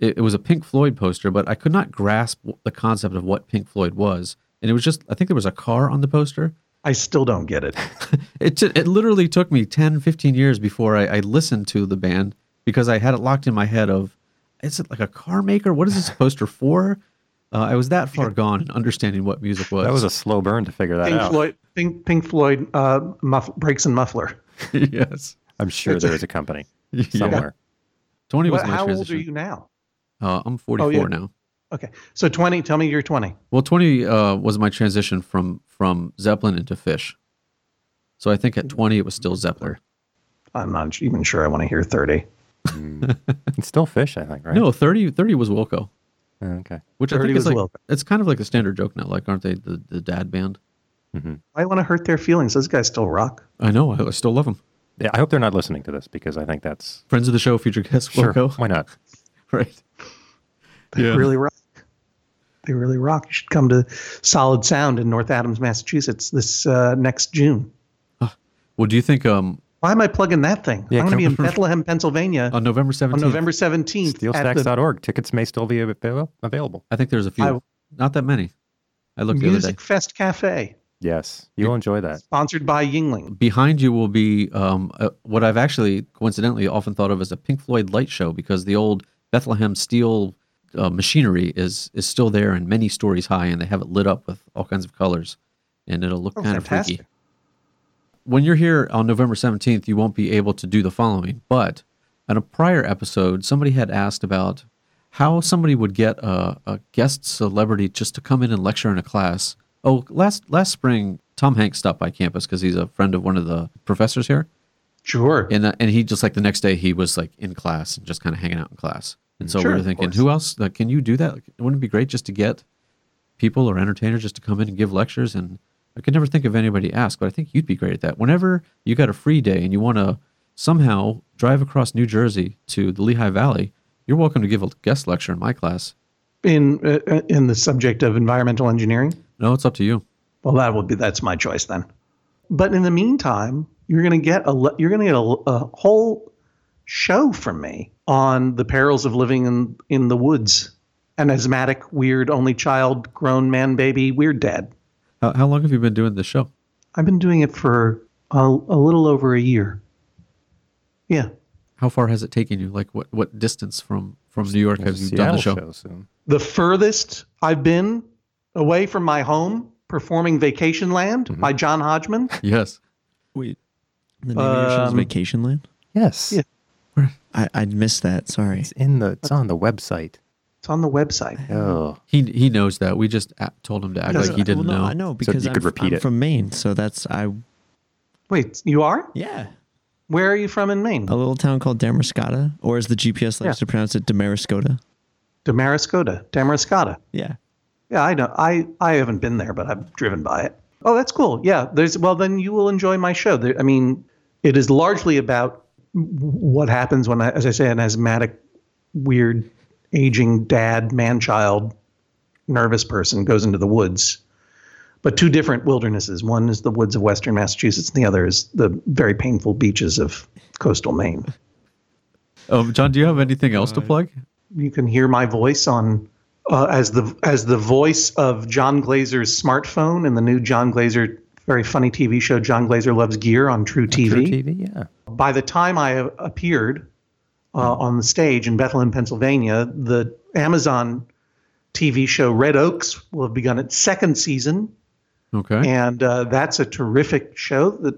S4: it, it was a Pink Floyd poster, but I could not grasp w- the concept of what Pink Floyd was, and it was just I think there was a car on the poster.
S7: I still don't get it.
S4: It t- it literally took me 10, 15 years before I, I listened to the band because I had it locked in my head of is it like a car maker? What is this poster for? Uh, I was that far gone in understanding what music was.
S3: That was a slow burn to figure that
S7: Pink
S3: out.
S7: Floyd, Pink, Pink Floyd, uh, muff, brakes and muffler.
S4: yes.
S3: I'm sure there is a company somewhere.
S4: Tony was
S7: What-
S4: my
S7: how old
S4: transition.
S7: are you now?
S4: Uh, I'm 44
S7: yeah.
S4: now.
S7: Okay, so twenty. Tell me you're twenty.
S4: Well, 20 uh, was my transition from from Zeppelin into Fish. So I think at 20 it was still Zeppelin.
S7: I'm not even sure I want to hear thirty.
S3: It's still fish, I think, right?
S4: No, 30 30 was Wilco,
S3: Oh, Okay.
S4: which I
S7: 30
S4: think is
S7: was
S4: like
S7: Wilco.
S4: it's kind of like a standard joke now. Like, aren't they the, the dad band?
S7: I want to hurt their feelings. Those guys still rock.
S4: I know. I, I still love them.
S3: Yeah, I hope they're not listening to this because I think that's
S4: Friends of the show, future guest
S3: sure.
S4: Wilco.
S3: Why not?
S4: right.
S7: They really rock. They really rock. You should come to Solid Sound in North Adams, Massachusetts, this uh, next June.
S4: Well, do you think um
S7: Why am I plugging that thing?
S3: Yeah,
S7: I'm going to
S3: come-
S7: be in Bethlehem, Pennsylvania
S4: on November 17th?
S7: on November 17th. at the
S3: Steelstacks.org. Tickets may still be avail- available.
S4: I think there's a few.
S7: I-
S4: Not that many. I looked the other day.
S7: Music Fest Cafe,
S3: Yes, you'll enjoy that.
S7: sponsored by Yingling.
S4: behind you will be um, uh, what I've actually coincidentally often thought of as a Pink Floyd light show because the old Bethlehem steel uh, machinery is is still there and many stories high, and they have it lit up with all kinds of colors, and it'll look
S7: Oh,
S4: kind of
S7: fantastic.
S4: freaky. When you're here on November 17th, you won't be able to do the following, but on a prior episode, somebody had asked about how somebody would get a, a guest celebrity just to come in and lecture in a class. Oh, last last spring, Tom Hanks stopped by campus because he's a friend of one of the professors here,
S7: Sure.
S4: and uh, and he just like the next day he was like in class and just kind of hanging out in class. And so
S7: Sure,
S4: we were
S7: of
S4: thinking,
S7: course.
S4: who else like, can you do that? Like, wouldn't it be great just to get people or entertainers just to come in and give lectures? And I could never think of anybody to ask, but I think you'd be great at that. Whenever you got a free day and you want to somehow drive across New Jersey to the Lehigh Valley, you're welcome to give a guest lecture in my class.
S7: In uh, in the subject of environmental engineering.
S4: No, it's up to you.
S7: Well, that would be that's my choice then. But in the meantime, you're going to get a le- you're going to get a, a whole show from me on the perils of living in in the woods, an asthmatic, weird, only child, grown man, baby, weird dad.
S4: How, how long have you been doing this show?
S7: I've been doing it for a, a little over a year. Yeah,
S4: How far has it taken you? Like what, what distance from, from New York have
S3: There's
S4: you
S3: a
S4: done the show?
S3: Seattle soon.
S7: the furthest I've been away from my home performing Vacation Land by John Hodgman.
S4: Yes.
S6: Wait, the name of your show is
S7: Um,
S6: Vacation Land.
S3: Yes,
S7: Yeah.
S6: I I missed that. Sorry.
S3: it's in the it's on the website.
S7: It's on the website.
S3: Oh,
S4: He, he knows that. We just a- told him to act
S7: No,
S4: like
S7: no,
S4: he didn't
S6: well, no,
S4: know.
S6: I know because
S3: you
S6: I'm,
S3: could
S6: f-
S3: repeat
S6: I'm
S3: it.
S6: from Maine, so that's I.
S7: Wait, you are?
S6: Yeah,
S7: Where are you from in Maine?
S6: a little town called Damariscotta, or as the GPS likes
S7: Yeah.
S6: to pronounce it, Damariscotta.
S7: Damariscotta. Damariscotta.
S6: Yeah.
S7: Yeah, I know. I I haven't been there, but I've driven by it. Oh, that's cool. Yeah, there's well then you will enjoy my show. There, I mean, it is largely about what happens when, I, as I say, an asthmatic, weird, aging dad, man child, nervous person goes into the woods. But two different wildernesses. One is the woods of western Massachusetts, and the other is the very painful beaches of coastal Maine.
S4: Um, John, do you have anything else to plug?
S7: you can hear my voice on uh, as the as the voice of John Glazer's smartphone in the new John Glazer very funny TV show John Glazer Loves Gear on True TV.
S3: True TV. Yeah,
S7: By the time I a- appeared uh, on the stage in Bethlehem, Pennsylvania, the Amazon TV show Red Oaks will have begun its second season
S4: Okay.
S7: and uh, that's a terrific show that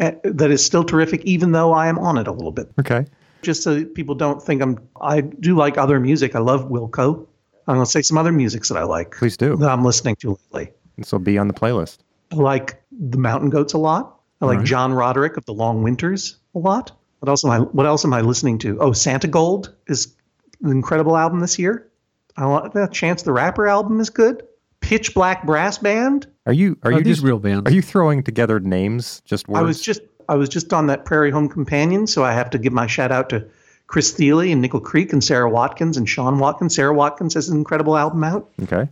S7: uh, that is still terrific even though I am on it a little bit
S3: okay.
S7: just so that people don't think I'm. I do like other music. I love Wilco. I'm gonna say some other musics that I like
S3: Please do.
S7: that I'm listening to lately.
S3: This will be on the playlist.
S7: I like the Mountain Goats a lot. I like
S4: Alright.
S7: John Roderick of the Long Winters a lot. What else am I? What else am I listening to? Oh, Santa Gold is an incredible album this year. I want that Chance the Rapper album is good. Pitch Black Brass Band.
S3: Are you are
S4: Are
S3: you
S4: these
S3: just
S4: real bands?
S3: Are you throwing together names? Just words.
S7: I was just I was just on that Prairie Home Companion, so I have to give my shout out to Chris Thiele and Nickel Creek and Sarah Watkins and Sean Watkins. Sarah Watkins has an incredible album out.
S3: okay.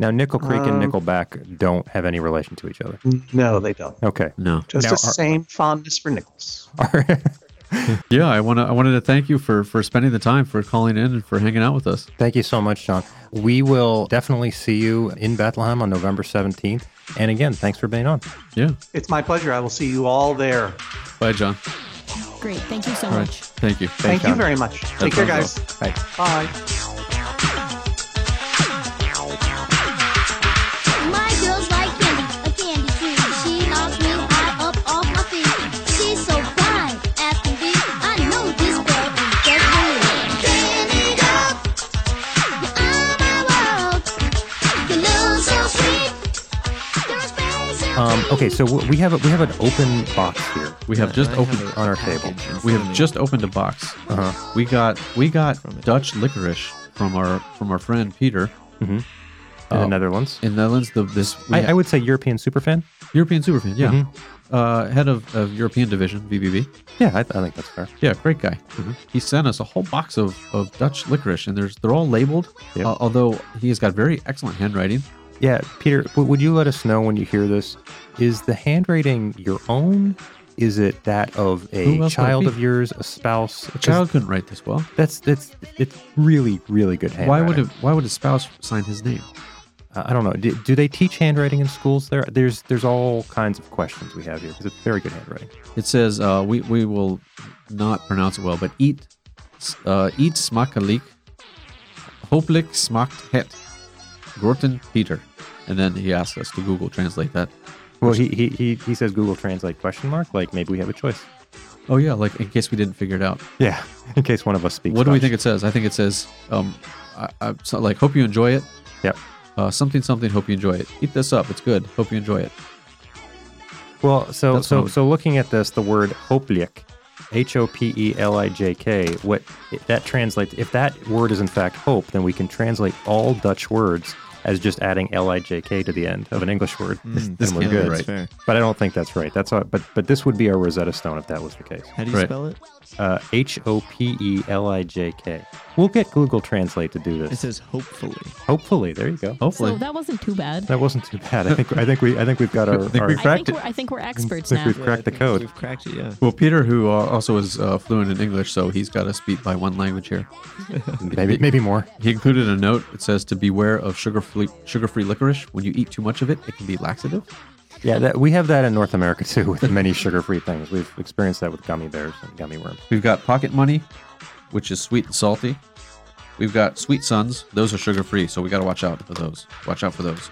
S3: Now, Nickel Creek and
S7: Um,
S3: Nickelback don't have any relation to each other.
S7: No, they don't.
S3: Okay.
S4: No.
S7: Just
S3: Now,
S7: the
S3: are-
S7: same fondness for nickels.
S3: All right.
S4: Yeah, I want to. I wanted to thank you for for spending the time, for calling in, and for hanging out with us.
S3: Thank you so much, John. We will definitely see you in Bethlehem on November 17th. And again, thanks for being on.
S4: Yeah.
S7: It's my pleasure. I will see you all there.
S4: Bye, John.
S5: Great. Thank you so
S4: All right.
S5: much.
S4: Thank you.
S7: Thank you
S3: John.
S7: very much. Take care, guys.
S4: sounds
S3: Bye.
S7: Bye.
S8: My girl's like candy, a candy queen. She knocks me high up off my feet. She's so fine, as can be. I know this girl is just me. Candy girl, you are my world. You look so sweet. You're a special
S3: Um,
S8: thing.
S3: okay, so w- we have a, we have an open box here.
S4: We have just opened.
S3: on our table.
S4: We have just opened a box.
S3: Uh-huh.
S4: We got we got Dutch licorice from our from our friend Peter
S3: In the
S4: Oh.
S3: Netherlands.
S4: in the Netherlands. The this we
S3: I,
S4: ha-
S3: I would say European superfan.
S4: European superfan, yeah,
S3: Mhm.
S4: uh, head of, of European division VBB.
S3: Yeah, I, I think that's fair.
S4: Yeah, great guy.
S3: Mm-hmm.
S4: He sent us a whole box of, of Dutch licorice, and there's they're all labeled.
S3: Yep.
S4: al- although he has got very excellent handwriting.
S3: Yeah, Peter, w- would you let us know when you hear this? Is the handwriting your own? Is it that of
S4: Who
S3: a
S4: else would it
S3: child
S4: be?
S3: of yours, a spouse?
S4: A child couldn't write this well.
S3: That's that's it's really really good
S4: Why
S3: handwriting.
S4: would a, why would a spouse sign his name?
S3: Uh, I don't know. Do, do they teach handwriting in schools there? There's there's all kinds of questions we have here because it's very good handwriting.
S4: It says uh, we we will not pronounce it well, but eat uh, eat smakalik, hopelijk smaakt het, Gorten Peter, and then he asked us to Google translate that.
S3: Well, he he, he, he says Google Translate question mark. Like maybe we have a choice.
S4: Oh yeah, like in case we didn't figure it out.
S3: Yeah, in case one of us speaks.
S4: What do we
S3: Dutch.
S4: think it says? I think it says, um, I, I, so, like, hope you enjoy it.
S3: Yep.
S4: Uh, something, something, hope you enjoy it. Eat this up. It's good. Hope you enjoy it.
S3: Well, so
S4: That's
S3: so
S4: fine.
S3: so looking at this, the word hoplik, H O P E L I J K. What if that translates? If that word is in fact hope, then we can translate all Dutch words as just adding L I J K to the end of an English word.
S6: Mm,
S3: and we're
S6: can't be
S3: good.
S6: right. Fair.
S3: But I don't think that's right. That's all, but but this would be our Rosetta Stone if that was the case.
S6: How do you
S4: Right.
S6: spell it?
S3: Uh, H O P E L I J K. We'll get Google Translate to do
S6: It
S3: this.
S6: says hopefully.
S3: Hopefully, there you go.
S4: Hopefully.
S5: So that wasn't too bad.
S3: That wasn't too bad. I think I think we I think we've got our.
S4: I think
S3: our-
S4: we've
S5: I think
S4: cracked it.
S5: we're I think we're experts
S3: think
S5: now.
S3: we've cracked the code.
S6: We've cracked it. Yeah.
S4: Well, Peter, who uh, also is uh, fluent in English, so he's got us beat by one language here.
S3: Maybe maybe more.
S4: He included a note. It says to beware of sugar-free sugar-free licorice. When you eat too much of it, it can be laxative.
S3: Yeah, that, we have that in North America too with many sugar-free things. We've experienced that with gummy bears and gummy worms.
S4: We've got pocket money, which is sweet and salty. We've got sweet sons; those are sugar-free, so we got to watch out for those. Watch out for those.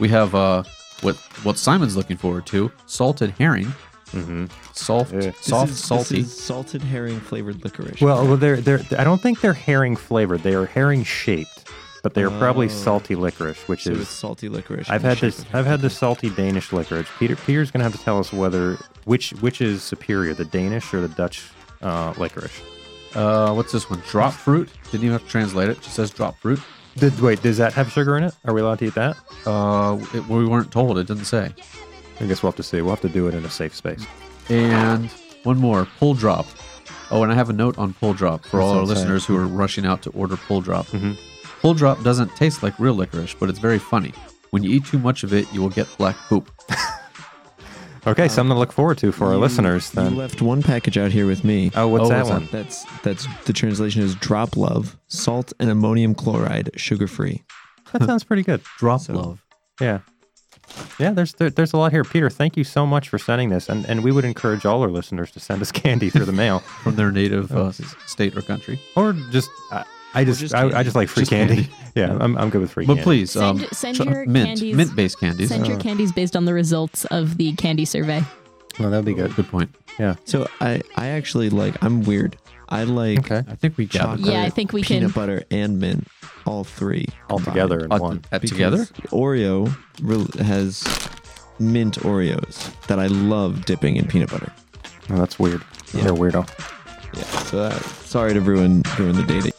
S4: We have uh, what what Simon's looking forward to: salted herring,
S3: Mm-hmm.
S4: soft,
S3: Yeah. This
S6: This
S4: soft,
S6: is- this
S4: salty.
S6: is salted herring flavored licorice.
S3: Well, well, they're they're I don't think they're herring flavored. They are herring shaped, but they are probably
S6: Oh.
S3: salty licorice, which
S6: so
S3: is
S6: it's salty licorice.
S3: I've
S6: in the
S3: had
S6: shape
S3: this.
S6: of
S3: I've had this salty Danish licorice. Peter Peter's gonna have to tell us whether which which is superior, the Danish or the Dutch uh, licorice.
S4: Uh, what's this one? Drop fruit. Didn't even have to translate it. It just says drop fruit.
S3: Did, wait, does that have sugar in it? Are we allowed to eat that?
S4: Uh, it, we weren't told. It didn't say.
S3: I guess we'll have to see. We'll have to do it in a safe space.
S4: And one more pull drop. Oh, and I have a note on pull drop for all our
S3: That's insane.
S4: listeners who are rushing out to order pull drop.
S3: Mhm.
S4: Pull drop doesn't taste like real licorice, but it's very funny. When you eat too much of it, you will get black poop.
S3: Okay, something to look forward to for our
S6: You-
S3: listeners
S6: You
S3: then.
S6: left one package out here with me.
S3: Oh, what's
S4: Oh,
S3: that
S4: what's
S3: one?
S6: That's that's the translation is drop love, salt and ammonium chloride, sugar free.
S3: That sounds pretty good.
S4: Drop
S6: So-
S4: love.
S3: Yeah. Yeah, there's there, there's a lot here. Peter, thank you so much for sending this. And, and we would encourage all our listeners to send us candy through the mail
S4: From their native
S3: Oh,
S4: uh, s- state or country.
S3: or just. I, I just,
S6: just
S3: I, I
S6: candy.
S3: just like free
S4: Just
S3: candy.
S4: candy.
S3: Yeah, I'm, I'm good with free
S4: But
S3: candy.
S4: please,
S5: Send-
S4: um,
S5: send
S4: tr-
S5: your
S4: mint,
S5: candies-
S4: mint based candies.
S5: Send your candies based on the results of the candy survey.
S3: Oh, No, that'd be good.
S4: Good point.
S6: So I I actually like I'm weird. I like
S3: Okay.
S4: I think we got
S6: chocolate,
S5: Yeah, I think we
S6: peanut
S5: can-
S6: butter and mint, all three
S3: All
S6: combined.
S3: together in
S4: uh,
S3: one.
S4: that
S6: Because
S4: together.
S6: Oreo re- has mint Oreos that I love dipping in peanut butter.
S3: Oh, that's weird. You're a weirdo.
S6: Yeah. So that, sorry to ruin ruin the dating.